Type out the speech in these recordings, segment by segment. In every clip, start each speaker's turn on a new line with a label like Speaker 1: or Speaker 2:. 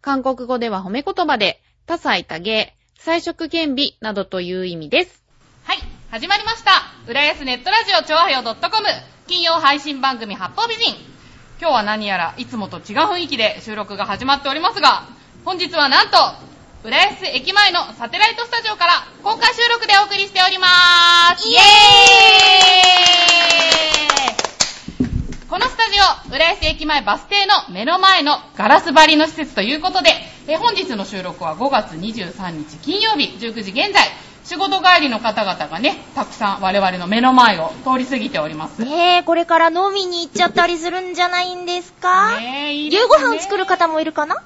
Speaker 1: 韓国語では褒め言葉で、多彩多芸、彩色兼美などという意味です。はい、始まりました。浦安ネットラジオ調和よ .com 金曜配信番組八方美人。今日は何やらいつもと違う雰囲気で収録が始まっておりますが、本日はなんと、浦安駅前のサテライトスタジオから公開収録でお送りしております。イエーイこのスタジオ、浦安駅前バス停の目の前のガラス張りの施設ということで、えー本日の収録は5月23日金曜日19時現在、仕事帰りの方々がね、たくさん我々の目の前を通り過ぎております。
Speaker 2: ねえ、これから飲みに行っちゃったりするんじゃないんですか、
Speaker 1: ねえいいですね
Speaker 2: 夕ご飯作る方もいるかな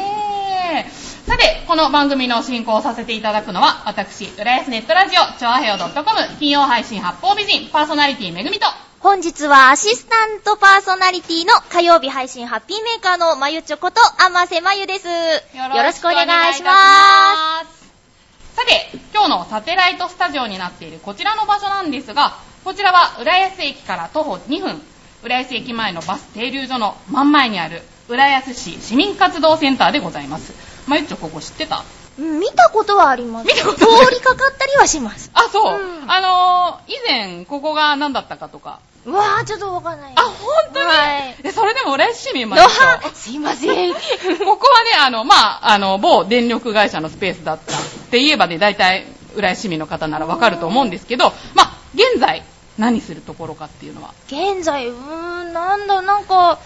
Speaker 1: ねえ。さて、この番組の進行をさせていただくのは、私、浦安ネットラジオ、超和平洋 .com、金曜配信八方美人、パーソナリティめぐみと、。
Speaker 2: 本日はアシスタントパーソナリティの火曜日配信ハッピーメーカーのまゆちょこと甘瀬まゆです。よろしくお願いします
Speaker 1: さて、今日のサテライトスタジオになっているこちらの場所なんですが、こちらは浦安駅から徒歩2分、浦安駅前のバス停留所の真ん前にある、浦安市市民活動センターでございます。まゆっちょ、ここ知ってた
Speaker 2: す。うん 見たことはあります。
Speaker 1: 見たこと
Speaker 2: 通
Speaker 1: ある
Speaker 2: りかかったりはします。
Speaker 1: あ、そう。
Speaker 2: うん
Speaker 1: あのー、以前、ここが何だったかとか。
Speaker 2: うわぁ、ちょっとわかんない。
Speaker 1: あ、本当に、
Speaker 2: はい
Speaker 1: え、それでも嬉しい見
Speaker 2: の
Speaker 1: まし
Speaker 2: はすいません。
Speaker 1: ここはね、あの、まあ、あの、某電力会社のスペースだったって言えばね、大体、浦安市民の方ならわかると思うんですけど、まあ、現在、何するところかっていうのは。
Speaker 2: 現在、うーん、なんだ、なんか、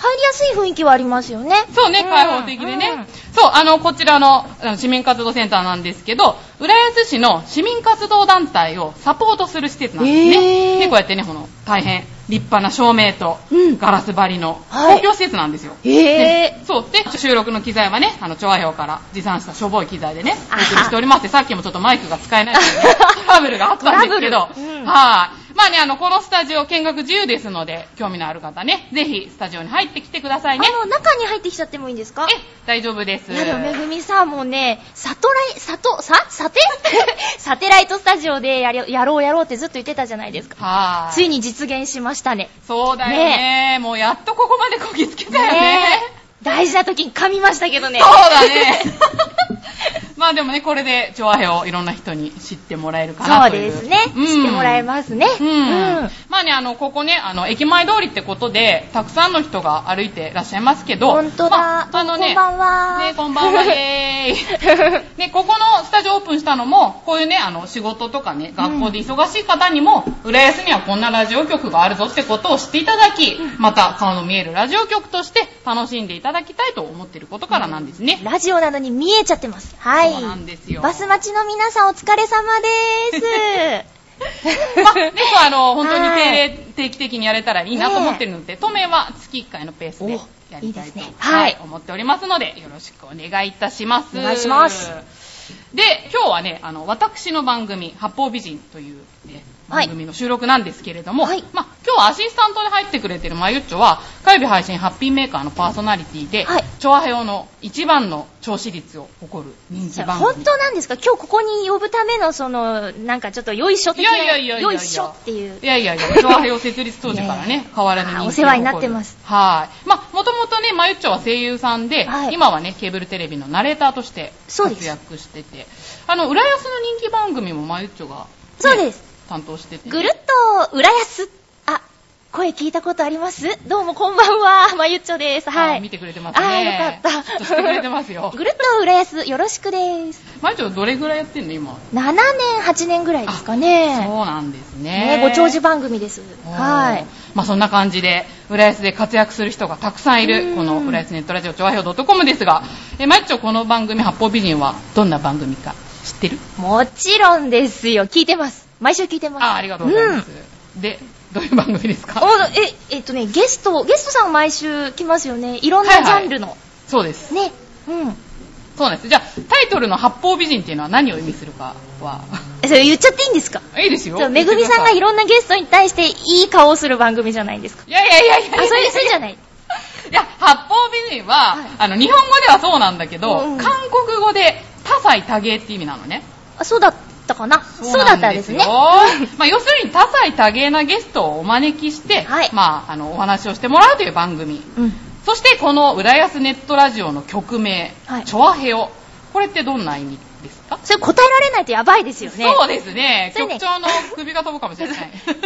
Speaker 2: 入りやすい雰囲気はありますよね。
Speaker 1: そうね、
Speaker 2: ん
Speaker 1: 開放的でね。
Speaker 2: うん
Speaker 1: そう、あの、こちらのあの市民活動センターなんですけど、浦安市の市民活動団体をサポートする施設なんですね。
Speaker 2: へー
Speaker 1: で、こうやってね、この、大変立派な照明と、
Speaker 2: うん
Speaker 1: ガラス張りの
Speaker 2: はい
Speaker 1: 公共施設なんですよ。
Speaker 2: へ
Speaker 1: でそう。で、収録の機材はね、あの、調和表から持参したしょぼい機材でね、お
Speaker 2: あは
Speaker 1: 送りしておりまして、さっきもちょっとマイクが使え ないというねトラブルがあったんですけど、
Speaker 2: トラブルうん
Speaker 1: はい。まあね、あの、このスタジオ見学自由ですので、興味のある方ね、ぜひスタジオに入ってきてくださいね。
Speaker 2: あの、中に入ってきちゃってもいいんですか
Speaker 1: え、大丈夫です。
Speaker 2: いやでもめぐみさんもうね、サトライ、サト、さサテ サテライトスタジオでやりやろうやろうってずっと言ってたじゃないですか。
Speaker 1: はい。
Speaker 2: ついに実現しましたね。
Speaker 1: そうだよねもうやっとここまでこぎつけたよね。
Speaker 2: え大事な時に噛みましたけど ね。
Speaker 1: そうだね。まあでもね、これで、調和平をいろんな人に知ってもらえるかな
Speaker 2: そう
Speaker 1: とい
Speaker 2: で
Speaker 1: う。
Speaker 2: すね。してもらえますね。
Speaker 1: うん。
Speaker 2: うん
Speaker 1: まあね、あの、ここね、あの、駅前通りってことで、たくさんの人が歩いてらっしゃいますけど、
Speaker 2: 本当だ
Speaker 1: まあ、あのね、
Speaker 2: こんばんは
Speaker 1: ね、こんばんは、イェ ーイね、ここのスタジオオープンしたのも、こういうね、あの、仕事とかね、学校で忙しい方にも、浦安にはこんなラジオ局があるぞってことを知っていただき、また、顔の見えるラジオ局として楽しんでいただきたいと思っていることからなんですね。
Speaker 2: ラジオなのに見えちゃってます。はい。
Speaker 1: そうなんですよ
Speaker 2: バス待ちの皆さんお疲れ様で す。
Speaker 1: まあ、ね、そうあの、本当に
Speaker 2: はい
Speaker 1: 定例定期的にやれたらいいなと思ってるので、当面は月1回のペースでやりたいと
Speaker 2: おいいですね
Speaker 1: は
Speaker 2: はいい、
Speaker 1: 思っておりますので、よろしくお願いいたします。
Speaker 2: お願いします。
Speaker 1: で、今日はね、あの、私の番組、八方美人という、ね、
Speaker 2: は
Speaker 1: 番
Speaker 2: い
Speaker 1: 組の収録なんですけれども、
Speaker 2: はい
Speaker 1: まあ、今日はアシスタントで入ってくれてるまゆっちょは、火曜日配信ハッピーメーカーのパーソナリティで、
Speaker 2: はい
Speaker 1: 調和表の一番の聴取率を誇る人気番組。
Speaker 2: 本当なんですか今日ここに呼ぶための、その、なんかちょっと、よいしょ的
Speaker 1: い
Speaker 2: な。
Speaker 1: やいやいやいや
Speaker 2: よいしょっていう
Speaker 1: い。やいやいや、昭和平和設立当時からね、変わらぬ人気を誇る
Speaker 2: お世話になってます。
Speaker 1: はい。まあ、もともとね、まゆっちょは声優さんで、
Speaker 2: はい
Speaker 1: 今はね、ケーブルテレビのナレーターとして
Speaker 2: そうで
Speaker 1: 活
Speaker 2: す
Speaker 1: 躍してて、あの、浦安の人気番組もまゆっちょが、ね
Speaker 2: そうです。
Speaker 1: 担当してて。
Speaker 2: ぐるっと、浦安。あ、声聞いたことありますどうもこんばんは、まゆっちょです。は
Speaker 1: あ
Speaker 2: い。
Speaker 1: 見てくれてますね
Speaker 2: あよかっ。
Speaker 1: ちょったとしてくれてますよ
Speaker 2: ぐるっと、浦安、よろしくです。
Speaker 1: まゆっちょどれぐらいやってんの今。
Speaker 2: 7年、8年ぐらいです
Speaker 1: そ
Speaker 2: か
Speaker 1: う
Speaker 2: ね。
Speaker 1: なんですね。
Speaker 2: ね、ご長寿番組です。はい。。
Speaker 1: まあそんな感じで、浦安で活躍する人がたくさんいる、
Speaker 2: うん
Speaker 1: この浦安ネットラジオ調和表 .com ですが、え、まゆっちょこの番組、八方美人はどんな番組か知ってる
Speaker 2: もちろんですよ。聞いてます。毎週聞いてます。
Speaker 1: あ、ありがとうございます。で、どういう番組です
Speaker 2: お
Speaker 1: か
Speaker 2: え、えっとね、ゲスト、ゲストさん毎週来ますよね。いろん
Speaker 1: はい
Speaker 2: なジ
Speaker 1: は
Speaker 2: ャ
Speaker 1: い
Speaker 2: ンルの。
Speaker 1: そうです。
Speaker 2: ね。うん。
Speaker 1: そうなんです。じゃあ、タイトルの八方美人っていうのは何を意味するかは、
Speaker 2: えそれ言っちゃっていいんですか
Speaker 1: いいですよ。
Speaker 2: そうめぐみさんがい
Speaker 1: ろ。
Speaker 2: ろんなゲストに対していい顔をする番組じゃないですか。
Speaker 1: いやいやいやい
Speaker 2: あ、
Speaker 1: や。
Speaker 2: そういう、そうじゃない。
Speaker 1: いや、八方美人は、
Speaker 2: はい
Speaker 1: あの、日本語ではそうなんだけど、
Speaker 2: うん
Speaker 1: 韓国語で多才多芸って意味なのね。
Speaker 2: あ、そうだったかな。そうだったんですね。
Speaker 1: そうなんですよまあ、要するに多才多芸なゲストをお招きして、
Speaker 2: はい
Speaker 1: まあ、あの、お話をしてもらうという番組。
Speaker 2: うん。
Speaker 1: そして、この浦安ネットラジオの曲名、
Speaker 2: はい
Speaker 1: チョアヘオ。これってどんな意味ですか、
Speaker 2: それ答えられないとやばいですよね。
Speaker 1: そうですね。
Speaker 2: それね
Speaker 1: 局長の首が飛ぶかも しれない。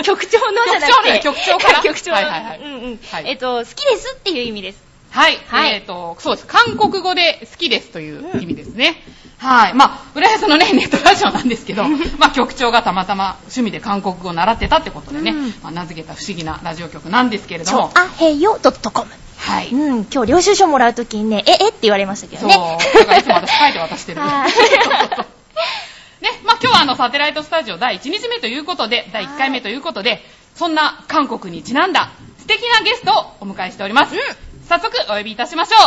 Speaker 2: 局長のじゃなくて。
Speaker 1: 局長ね局長から
Speaker 2: はい局長の。
Speaker 1: はいはいはい
Speaker 2: うんうん。
Speaker 1: はい
Speaker 2: えっと、好きですっていう意味です。
Speaker 1: はい。
Speaker 2: はい
Speaker 1: えっ、と、そうです。韓国語で好きですという意味ですね。はい。まあ、浦安のね、ネットラジオなんですけど、まあ、局長がたまたま趣味で韓国語を習ってたってことでね、
Speaker 2: うん
Speaker 1: まあ、名付けた不思議なラジオ局なんですけれど
Speaker 2: ちょ
Speaker 1: も、
Speaker 2: あへよ .com。
Speaker 1: はい。
Speaker 2: うん、今日領収書もらうときにね、え、えって言われましたけ
Speaker 1: そう。
Speaker 2: どね。
Speaker 1: だからいつも私書いて渡してる。
Speaker 2: はい
Speaker 1: ね、まあ、今日はあの、サテライトスタジオ第1日目ということで、第1回目ということで、そんな韓国にちなんだ素敵なゲストをお迎えしております。早速お呼びいたしましょう。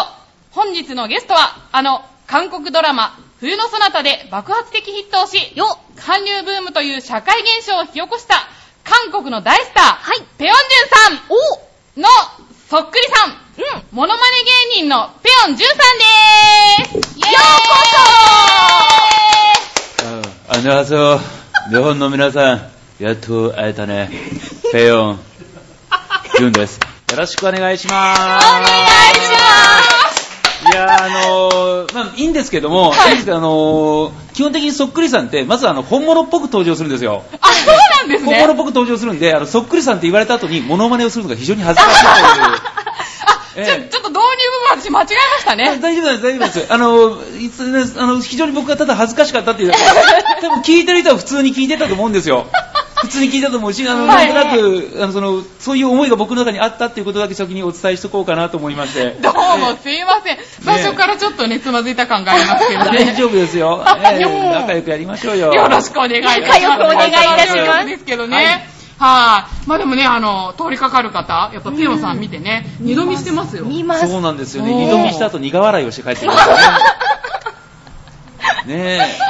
Speaker 1: 本日のゲストは、あの、韓国ドラマ、冬のそなたで爆発的ヒットをし、
Speaker 2: よ
Speaker 1: 韓流ブームという社会現象を引き起こした、韓国の大スター、
Speaker 2: はい
Speaker 1: ペヨンジュンさんおのそっくりさん
Speaker 2: うん。
Speaker 1: モノマネ芸人のペヨンジュンさんでーす
Speaker 2: イエーイ
Speaker 1: よう
Speaker 3: 어, 안녕하세요. 묘혼놈이나산 야투 아이탄의 배영 윤です.
Speaker 1: こそお願
Speaker 3: よろしくお願いします。
Speaker 1: いします
Speaker 3: いやーあのーまあ、いいんですけども、い、いんですけど、あのー基本的にそっくりさんって、まずあの、本物っぽく登場するんですよ。
Speaker 1: あ、そうなんです
Speaker 3: 本物
Speaker 1: ね
Speaker 3: っぽく登場するんで、あの、そっくりさんって言われた後に、モノマネをするのが非常に恥ずかしいという。
Speaker 1: あ、ちょ、
Speaker 3: ええ
Speaker 1: ちょっと導入部分私間違えました
Speaker 3: あ
Speaker 1: ね。
Speaker 3: 大丈夫です、大丈夫です。あの、いつですあの非常に僕がただ恥ずかしかったって いうだけで多分聞いてる人は普通に聞いてたと思うんですよ。普通に聞いたと思うし、あ
Speaker 1: は
Speaker 3: の、ないんとなく、あの、その、そういう思いが僕の中にあったっていうことだけ先にお伝えしとこうかなと思いまして。
Speaker 1: どうもすいません。最初からちょっとね、つまずいた感がありますけど
Speaker 3: 大
Speaker 1: ね。
Speaker 3: 丈夫ですよ。
Speaker 1: はい
Speaker 3: ええ仲良くやりましょうよ。
Speaker 1: よろしくお願いいたします。
Speaker 2: 仲良くお願いいたします
Speaker 1: 仲良くですけどね。はい。まあでもね、あの、通りかかる方、やっぱペヨンさん見てね、二度見してますよ。
Speaker 2: 見ます。
Speaker 3: そうなんですよ
Speaker 1: おー
Speaker 3: ね。二度見した後苦笑いをして帰ってきましたね。ね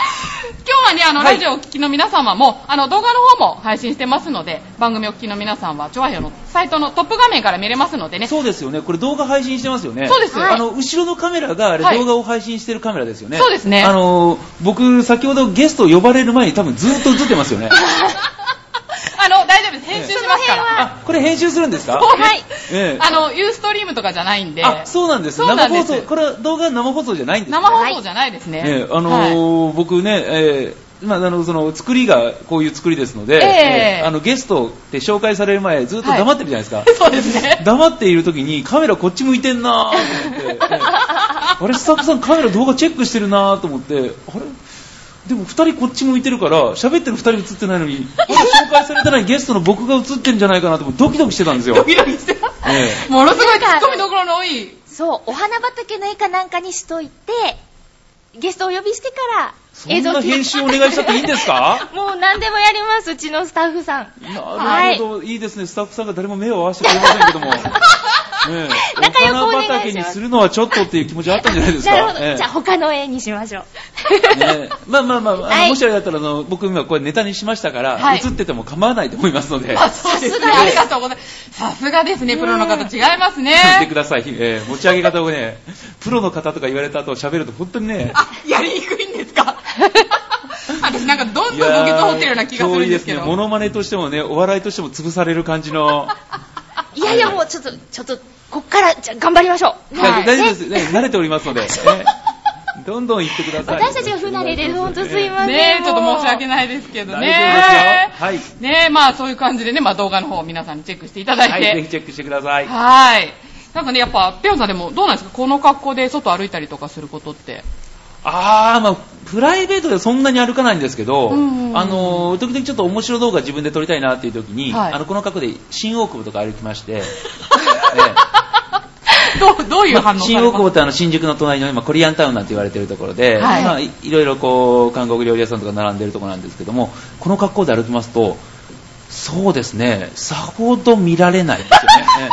Speaker 1: 今日はね、あの、
Speaker 3: はい
Speaker 1: ラジオをお聞きの皆様も、あの、動画の方も配信してますので、番組をお聞きの皆さんは、チョアヘオのサイトのトップ画面から見れますので
Speaker 3: え。
Speaker 1: ね。
Speaker 3: そうですよね。これ動画配信してますよね。
Speaker 1: そうです
Speaker 3: あの、後ろのカメラが、あ
Speaker 1: は
Speaker 3: れ
Speaker 1: い
Speaker 3: 動画を配信してるカメラですよね。
Speaker 1: そうですね
Speaker 3: あのー、僕、先ほどゲスト呼ばれる前に多分ずっと映ってます よね。
Speaker 1: あの、大丈夫です。編集しますから。
Speaker 3: あ、これ編集するんですか
Speaker 1: はい。
Speaker 3: ええ
Speaker 1: あの、ユーストリームとかじゃないんで、
Speaker 3: あ、そうなんです。
Speaker 1: そうなん
Speaker 3: 生
Speaker 1: で
Speaker 3: 放
Speaker 1: す
Speaker 3: 送、これは動画生放送じゃないんですね
Speaker 1: 生放送じゃないですね。
Speaker 3: ええあの
Speaker 1: はい
Speaker 3: ー僕ね、ええまあ、あの、その、作りがこういう作りですので、
Speaker 1: ええ
Speaker 3: あの、ゲストって紹介される前、ずっと黙ってるじゃないですか。
Speaker 1: そうです ね。
Speaker 3: 黙っている時にカメラこっち向いてんなーと思って、 あれスタッフさんカメラ動画チェックしてるなーと思ってあれでも2人こっち向いてるから喋ってる2人映ってないのに私紹介されてないゲストの僕が映ってんじゃないかなと思ってドキドキしてたんですよ
Speaker 1: ドキドキしてます。
Speaker 3: え
Speaker 1: ものすごいツッコミどころの多い。
Speaker 2: そう、お花畑の絵かなんかにしといて、ゲストをお呼びしてから、
Speaker 3: そんな編集お願いしたっていいんですか
Speaker 2: もう何でもやります、うちのスタッフさん。
Speaker 3: なるほど、い、いですねスタッフさんが誰も目を合わせてくれませんけどもええ
Speaker 2: 仲良くお願いします
Speaker 3: お花畑にするのはちょっとっていう気持ちあったんじゃないですか
Speaker 2: なるほど。
Speaker 3: ええ
Speaker 2: じゃあ他の絵にしましょう。
Speaker 3: ね、まあまあまあ、あの
Speaker 2: はい
Speaker 3: もしあれだったらあの、僕今これネタにしましたから、
Speaker 1: はい
Speaker 3: 映ってても構わないと思いますので、
Speaker 1: あ、そうですね。ありがとうございます。さすがですね、プロの方違いますね。
Speaker 3: 見てください、えー持ち上げ方をね、プロの方とか言われた後喋ると本当にね、
Speaker 1: あ、やりにくいんです か私なんかどんどんボケと掘ってるような気がするんですけ
Speaker 3: いやー脅威ですね、
Speaker 1: ど。
Speaker 3: モノマネとしてもね、お笑いとしても潰される感じの、
Speaker 2: いやいや、もうちょっと、ちょっと、こっから、じゃあ頑張りましょう。
Speaker 3: いや
Speaker 1: はい
Speaker 3: 大丈夫です、ね、慣れております ので、えーどんどん言ってください。
Speaker 2: 私たちが不慣れで、ほんとすいません。
Speaker 1: ねえ、ちょっと申し訳
Speaker 2: ない。
Speaker 1: ないですけどね。
Speaker 3: 大丈夫ですよ
Speaker 1: ねえ、まあそういう感じでね、まあ動画の方を皆さんにチェックしていただい
Speaker 3: はい、ぜひ
Speaker 1: て。
Speaker 3: チェックしてください。
Speaker 1: はい。なんかね、やっぱ、ペヨンさんでもどうなんですかこの格好で外歩いたりとかすることって。
Speaker 3: あー、まあ、プライベートではそんなに歩かないんですけど、
Speaker 1: うんうん
Speaker 3: あのー、時々ちょっと面白い動画自分で撮りたいなっていう時に、
Speaker 1: はい
Speaker 3: あの、この格好で新大久保とか歩きま して、え
Speaker 1: どう、どう
Speaker 3: え
Speaker 1: いう反応さ
Speaker 3: 新
Speaker 1: れ
Speaker 3: 大
Speaker 1: ます
Speaker 3: 久保ってあの新宿の隣の今コリアンタウンなんて言われてるところで、
Speaker 1: はい
Speaker 3: まあ、いいろいろこう韓国料理屋さんとか並んでるところなんですけどもこの格好で歩きますとそうですねさほど見られないですよね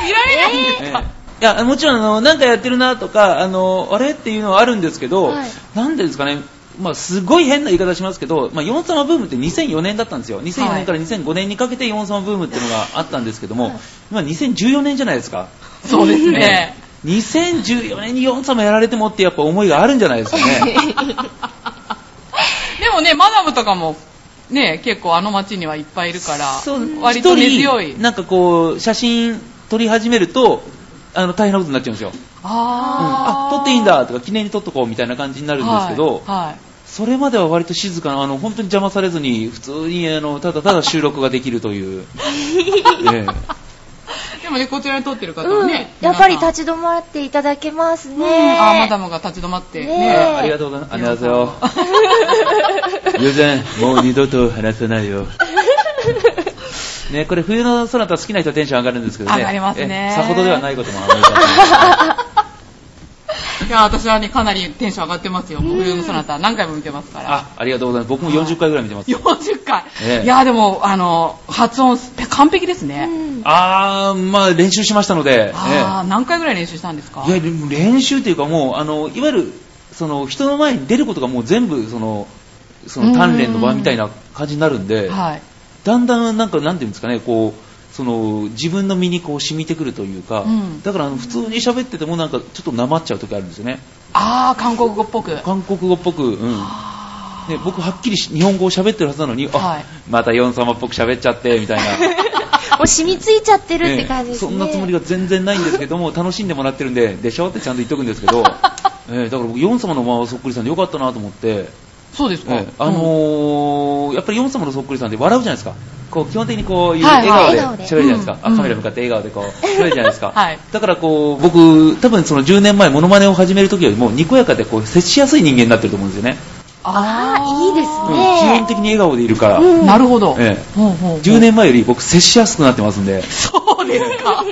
Speaker 1: 見られないんです
Speaker 3: えええ
Speaker 1: か、
Speaker 3: えいや、もちろん、あの、なんかやってるなとか、あの、あれっていうのはあるんですけど、
Speaker 4: はい
Speaker 3: なんでですかね、まあ、すごい変な言い方しますけど、まあ、4様ブームって2004年だったんですよ。2004年から2005年にかけて4様ブームっていうのがあったんですけども、今2014年じゃないですか。
Speaker 1: そうですね。
Speaker 3: 2014年に4様やられてもってやっぱ思いがあるんじゃないですかね。
Speaker 1: でもね、マダムとかも、ね、結構あの街にはいっぱいいるから
Speaker 3: そう、
Speaker 1: 割と根
Speaker 3: 一
Speaker 1: 強い
Speaker 3: 人。なんかこう、写真撮り始めると、あの、大変なことになっちゃうんですよ。うんあ、撮っていいんだとか、記念に撮っとこうみたいな感じにな
Speaker 1: あ
Speaker 3: るんですけど、
Speaker 1: はいはい
Speaker 3: それまでは割と静かな、あの、本当に邪魔されずに、普通に、あの、ただただ収録ができる という。ええ
Speaker 1: でもね、こちらに撮ってる方
Speaker 2: う
Speaker 1: は
Speaker 2: ん
Speaker 1: ね、。
Speaker 2: やっぱり
Speaker 1: 皆さん
Speaker 2: 立ち止まっていただけますね。
Speaker 1: あー、マダムが立ち止まって、
Speaker 2: ね
Speaker 1: ね。
Speaker 3: あありがとうございます。ありがとうございます。ゆうぜん、もう二度と話さな いよ。ね、これ冬のソナタ好きな人はテンション上がるんですけどね。
Speaker 1: 上がりますね
Speaker 3: えさほどではないこともあまりだ
Speaker 1: いや、私はね、かなりテンション上がってますよ。冬のそなた何回も見てますから。
Speaker 3: あ、ありがとうございます。僕も40回ぐらい見てます。
Speaker 1: 40回、
Speaker 3: ええ
Speaker 1: いや、でも、あの、発音す完璧ですね。
Speaker 3: あー、まあ練習しましたので。
Speaker 1: ああ、何回ぐらい練習したんですか
Speaker 3: ええいや、でも練習というかもう、あの、いわゆる、その、人の前に出ることがもう全部、その、その鍛錬の場みたいな感じになるんで、
Speaker 1: はい。
Speaker 3: だんだんなんかなんていうんですかねこうその自分の身にこう染みてくるというか、
Speaker 1: うん
Speaker 3: だからあの普通に喋っててもなんかちょっとなまっちゃう時あるんですよね
Speaker 1: ああ、韓国語っぽく。
Speaker 3: 韓国語っぽく、うん
Speaker 1: あ
Speaker 3: ね、僕はっきりし日本語を喋ってるはずなのに、
Speaker 1: は
Speaker 3: あ
Speaker 1: い
Speaker 3: またヨン様っぽく喋っちゃ ってみたいな、
Speaker 2: もう染みついちゃってるって
Speaker 3: ね
Speaker 2: 感じです
Speaker 3: そ
Speaker 2: ね。
Speaker 3: んなつもりが全然ないんですけども楽しんでもらってるん ででしょってちゃんと言っとくんですけど、ええだから僕ヨン様のままそっくりさんでよかったなと思って。
Speaker 1: ーそうですか。
Speaker 3: ええあ
Speaker 1: うん
Speaker 3: のーやっぱりヨン様のそっくりさんで笑うじゃないですか。こう基本的にこういう
Speaker 1: はい
Speaker 3: 笑
Speaker 1: は
Speaker 3: 顔
Speaker 2: い
Speaker 3: で喋るじゃないですか。
Speaker 1: うん
Speaker 3: あカメラ向かって笑顔でこう喋るじゃないですか。
Speaker 1: はい
Speaker 3: だからこう僕多分その10年前モノマネを始める時よりもにこやかでこう接しやすい人間になってると思うんですよね。
Speaker 2: あーいいです
Speaker 3: うん
Speaker 2: ね
Speaker 3: 基本的に笑顔でいるから。
Speaker 2: うん
Speaker 1: なるほど。
Speaker 3: ええ
Speaker 1: ほうほうほう
Speaker 3: 10年前より僕接しやすくなってますんで。
Speaker 1: そうです か。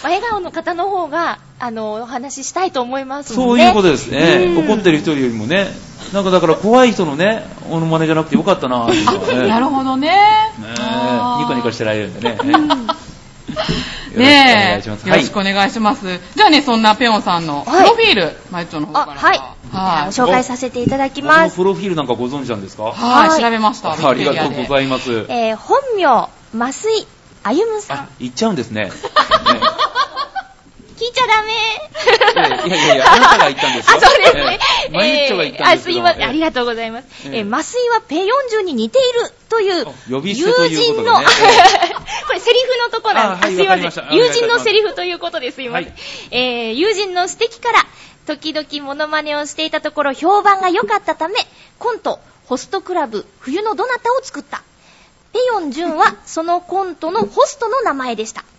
Speaker 2: まあ笑顔の方の方が、あの、お話ししたいと思います
Speaker 3: そ
Speaker 2: もん
Speaker 3: う
Speaker 2: ね。
Speaker 3: いうことですね。
Speaker 2: うん
Speaker 3: 怒ってる人よりもね。なんかだから怖い人のね、モノマネじゃなくてよかったなっていうのはね
Speaker 1: なるほどね。
Speaker 3: ねえ
Speaker 1: あー
Speaker 3: ニコニコしてられるんでね。
Speaker 1: ねえ、
Speaker 3: よろしくお願いします
Speaker 1: よろしくお願いします。じゃあね、そんなペオンさんのプ
Speaker 2: はい
Speaker 1: ロフィール、マユッチョの方
Speaker 2: あ、
Speaker 1: から。
Speaker 2: はい。
Speaker 1: はい。
Speaker 2: じゃあ紹介させていただき
Speaker 3: 僕の
Speaker 2: ます
Speaker 3: プ。ロフィールなんかご存知なんですか
Speaker 1: はい
Speaker 2: はい
Speaker 1: 調べました。
Speaker 3: ありがとうござ
Speaker 1: い
Speaker 3: います。
Speaker 2: えー本名、増井歩さん
Speaker 3: あ。、行っちゃう んですね。ね
Speaker 2: 聞いちゃダメ
Speaker 3: ええいやいやいやあなたが言ったんですよ
Speaker 2: あ、そうですね。
Speaker 3: ええまゆっちょが言ったんですけ
Speaker 2: ええあ、すい
Speaker 3: ど
Speaker 2: ませ
Speaker 3: え
Speaker 2: ん。
Speaker 3: え
Speaker 2: ありがとうございます。
Speaker 3: ええ
Speaker 2: えー、麻酔はペヨンジュに似ているという
Speaker 3: あ、 呼び捨てと
Speaker 2: 友
Speaker 3: いうこ
Speaker 2: 人
Speaker 3: とでね
Speaker 2: の、こ
Speaker 3: え
Speaker 2: れセリフのとこなんで、
Speaker 3: あ
Speaker 2: あ、
Speaker 3: はい
Speaker 2: すい
Speaker 3: わか
Speaker 2: ま
Speaker 3: りまし
Speaker 2: せ
Speaker 3: た
Speaker 2: ん。友人のセリフということですいませ
Speaker 3: は
Speaker 2: ん。えー、友人の指摘から、時々モノマネをしていたところ評判が良かったため、コント、ホストクラブ、冬のどなたを作った。ペヨンジュンはそのコントのホストの名前でした。えー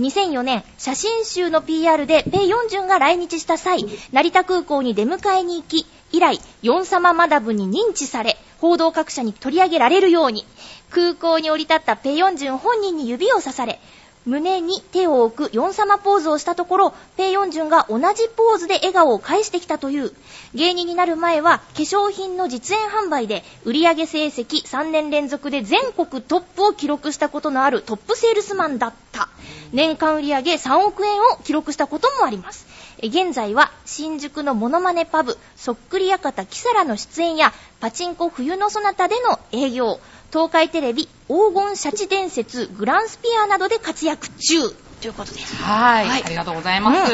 Speaker 2: 2004年、写真集の PR でペ・ヨンジュンが来日した際、成田空港に出迎えに行き、以来、ヨン様マダブに認知され、報道各社に取り上げられるように、空港に降り立ったペ・ヨンジュン本人に指を刺され、胸に手を置くヨン様ポーズをしたところ、ペ・ヨンジュンが同じポーズで笑顔を返してきたという。芸人になる前は化粧品の実演販売で売上成績3年連続で全国トップを記録したことのあるトップセールスマンだった。年間売上3億円を記録したこともあります。え現在は新宿のモノマネパブ、そっくり館キサラの出演や、パチンコ冬のそなたでの営業、東海テレビ、黄金シャチ伝説、グランスピアなどで活躍中。ということです。
Speaker 1: はい。
Speaker 2: はい
Speaker 1: ありがとうございます。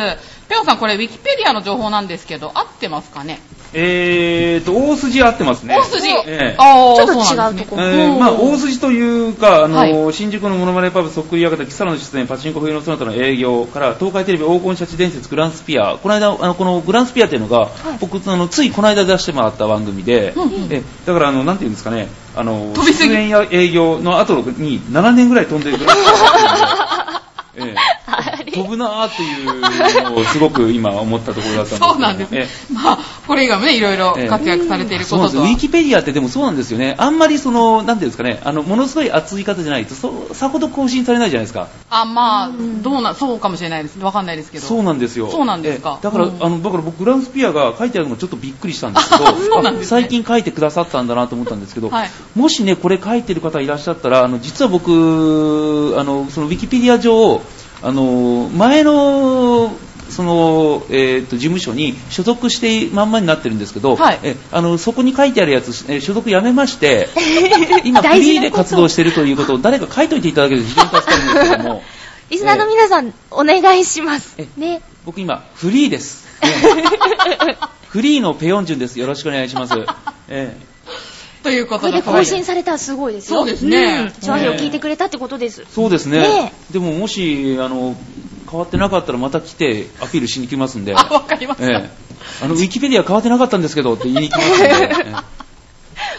Speaker 1: ペオンさん、これ、ウィキペディアの情報なんですけど、合ってますかね
Speaker 3: えーと、大筋合ってますね。
Speaker 1: 大筋。
Speaker 3: ええ
Speaker 1: あー
Speaker 2: ちょっと
Speaker 1: そうなんです
Speaker 2: 違うと
Speaker 1: ね
Speaker 2: こ
Speaker 3: えーまあ、大筋というか、あの
Speaker 1: は
Speaker 3: 新宿のモノマネパブ、そっくり館、キサラの出演、パチンコ冬のそなたの営業から、東海テレビ黄金シャチ伝説グランスピア、この間、あのこのグランスピアっていうのが、僕あの、ついこの間出してもらった番組で、
Speaker 1: うんうん
Speaker 3: えだからあの、なんていうんですかね、あの
Speaker 1: 飛びすぎ
Speaker 3: 出演や営業の後に7年ぐらい飛んでるグ ランスピアええ飛ぶなーっていうのをすごく今思ったところだったんですけど
Speaker 1: そうなんです
Speaker 3: ええ
Speaker 1: ね。まあ、これ以外もね、いろいろ活躍されているこ
Speaker 3: そうな
Speaker 1: と
Speaker 3: んです
Speaker 1: と
Speaker 3: ウ。ィキペディアってでもそうなんですよね。あんまりその、なんていうんですかね、あの、ものすごい熱い方じゃないと、そさほど更新されないじゃないですか。
Speaker 1: あ、まあ、どうな、そうかもしれないです。わかんないですけど。
Speaker 3: そうなんですよ。
Speaker 1: そうなんですか
Speaker 3: ええだから、
Speaker 1: うん
Speaker 3: あの、だから僕、グランスピアが書いてあるのがちょっとびっくりしたんですけど、
Speaker 1: そうなんですね
Speaker 3: あ最近書いてくださったんだなと思ったんですけど、
Speaker 1: はい
Speaker 3: もしね、これ書いてる方いらっしゃったら、あの、実は僕、あの、そのウィキペディア上、あの前のその、えーと事務所に所属してまんまになってるんですけど、
Speaker 1: はい
Speaker 3: えあのそこに書いてあるやつ、えー所属やめ まして、今フ
Speaker 2: 大
Speaker 3: リ
Speaker 2: 事
Speaker 3: ー
Speaker 2: なこと
Speaker 3: で活動してるということを誰か書いといていただけると非常に助かるんですけども、
Speaker 2: リスナーの皆さん、お願いします
Speaker 3: え。
Speaker 2: ね。
Speaker 3: 僕今フリーです。ええフリーのペヨンジュンです。よろしくお願いします。ええ
Speaker 1: というこ
Speaker 2: ことれ
Speaker 1: だ
Speaker 2: で
Speaker 1: そうで
Speaker 2: 更
Speaker 1: す
Speaker 2: 新されたらすごいですよ。
Speaker 1: そうですね
Speaker 2: うん。チョアヘを聞いてくれたってことです。
Speaker 3: そうですね。
Speaker 2: ね
Speaker 3: でももしあの変わってなかったらまた来てアピールしに来ますんで。
Speaker 1: あ、わかりまし
Speaker 3: え
Speaker 1: た。
Speaker 3: えあのウィキペディア変わってなかったんですけどって言いに来ますんで。ええ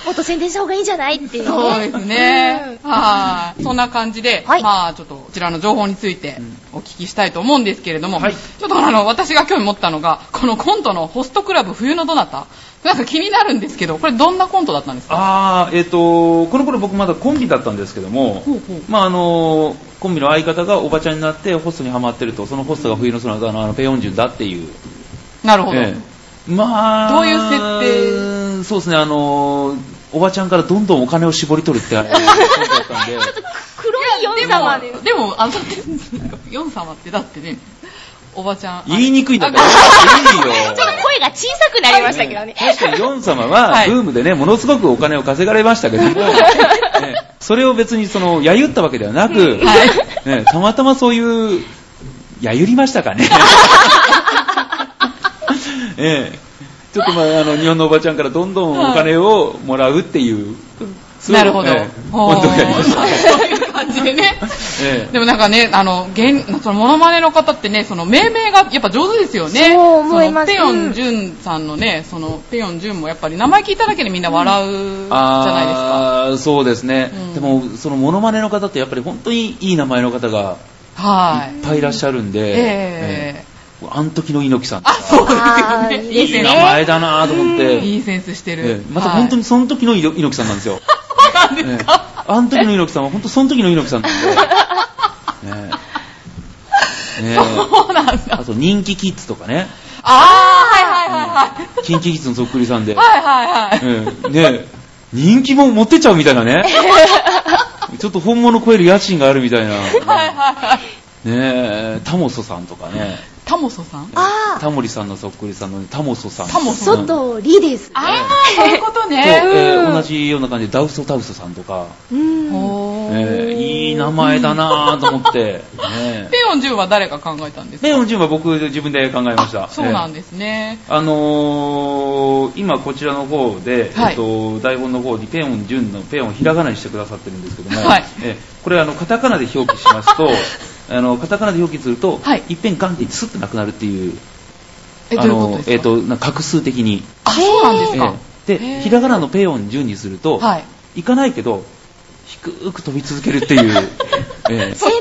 Speaker 2: もっと宣伝した方がいいんじゃないっていうね。
Speaker 1: そうですね。はい。そんな感じで、
Speaker 2: はい
Speaker 1: まあ、ちょっとこちらの情報について
Speaker 3: うん
Speaker 1: お聞きしたいと思うんですけれども、
Speaker 3: はい
Speaker 1: ちょっとあの、私が興味持ったのが、このコントのホストクラブ冬のどなたなんか気になるんですけど、これどんなコントだったんですか
Speaker 3: あーえっ、とこの頃僕まだコンビだったんですけども、
Speaker 1: ほうほう
Speaker 3: まああのコンビの相方がおばちゃんになってホストにハマってるとそのホストが冬の空のあのペヨンジュンだっていう
Speaker 1: なるほど。
Speaker 3: ええまあ、
Speaker 1: どういう設
Speaker 3: 定そうですね、あのおばちゃんからどんどんお金を絞り取るってあれ、そうだったんで、
Speaker 2: 黒いヨン様で。
Speaker 1: でも、あの、だ ってヨン様ってだってね、おばちゃん。
Speaker 3: 言いにくいんだけど、いいよ。
Speaker 2: ちょっと声が小さくなりましたけどね。
Speaker 3: 確かにヨン様は
Speaker 1: はい
Speaker 3: ブームでね、ものすごくお金を稼がれまし たけど、ねそれを別にその、やゆったわけではなく、ねたまたまそういう、やゆりましたか ね。ええちょっとまあ、あの、日本のおばちゃんからどんどんお金をもらうっていう、そう
Speaker 1: なるほど。
Speaker 3: ええコントをやりまし
Speaker 1: ほ
Speaker 3: た
Speaker 1: う。 そういう感じでね。
Speaker 3: ええ
Speaker 1: でもなんかね、あの、現そのモノマネの方ってね、その命名がやっぱ上手ですよね。
Speaker 2: そう思います
Speaker 1: そのペヨンジュンさんのね、そのペヨンジュンもやっぱり名前聞いただけでみんな笑うじゃないですか。
Speaker 3: あーそうですね、
Speaker 1: うん
Speaker 3: でもそのモノマネの方ってやっぱり本当にいい名前の方が
Speaker 1: はいい。
Speaker 3: っぱいいらっしゃるんで、
Speaker 1: ええ
Speaker 3: えあん時の猪木さん
Speaker 1: あ、そうですよ
Speaker 2: あー
Speaker 1: ね。
Speaker 2: いいですね
Speaker 3: いい名前だなと思って、
Speaker 1: いいセンスしてる。
Speaker 3: ええまた本当にその時の猪木さんなんですよ、
Speaker 1: はい。そうなんですか、
Speaker 3: ええあん時の猪木さんは本当その時の猪木さんなんで、ええええ
Speaker 1: そうなんだ。
Speaker 3: あと人気キッズとかね
Speaker 1: あー、はいはいはいはい。
Speaker 3: キンキキッズのそっくりさんで、
Speaker 1: はいはいはい。
Speaker 3: ええねえ人気も持ってっちゃうみたいなねちょっと本物超える家賃があるみたいな、
Speaker 1: はいはいはい。
Speaker 3: ねえ、タモソさんとかね、
Speaker 1: タモソさん
Speaker 2: あー
Speaker 3: タモリさんのそっくりさんのねタモソさん。
Speaker 1: タモソ
Speaker 3: さん
Speaker 2: 外リです。
Speaker 1: あー、そういうこと
Speaker 3: と
Speaker 1: ね。
Speaker 3: えー
Speaker 2: うん
Speaker 3: 同じような感じでダウソタウソさんとか、
Speaker 2: うん。
Speaker 1: ほー
Speaker 3: えーいい名前だなぁと思って、ね
Speaker 1: ペヨンジュンは誰が考えたんですか
Speaker 3: ペヨンジュンは僕自分で考えました。
Speaker 1: あそうなん
Speaker 3: えー
Speaker 1: ですね。
Speaker 3: あのー、今こちらの方で、
Speaker 1: はい
Speaker 3: えっと、台本の方にペヨンジュンのペヨンをひらがなにしてくださってるんですけども、
Speaker 1: はい
Speaker 3: えーこれあのカタカナで表記しま すとあのカタカナで表記すると、
Speaker 1: はい
Speaker 3: いっぺんガンってスッとなくなるっていう
Speaker 1: え、どう
Speaker 3: あ
Speaker 1: いうこと
Speaker 3: の
Speaker 1: ですか
Speaker 3: えっとなんか画数的に
Speaker 1: あ、そうなんですか。
Speaker 3: ええ
Speaker 1: へえ
Speaker 3: で、ひらがなのペヨン10にすると、
Speaker 1: はい。
Speaker 3: 行かないけど、低く飛び続けるっていう、 ええ
Speaker 2: 生命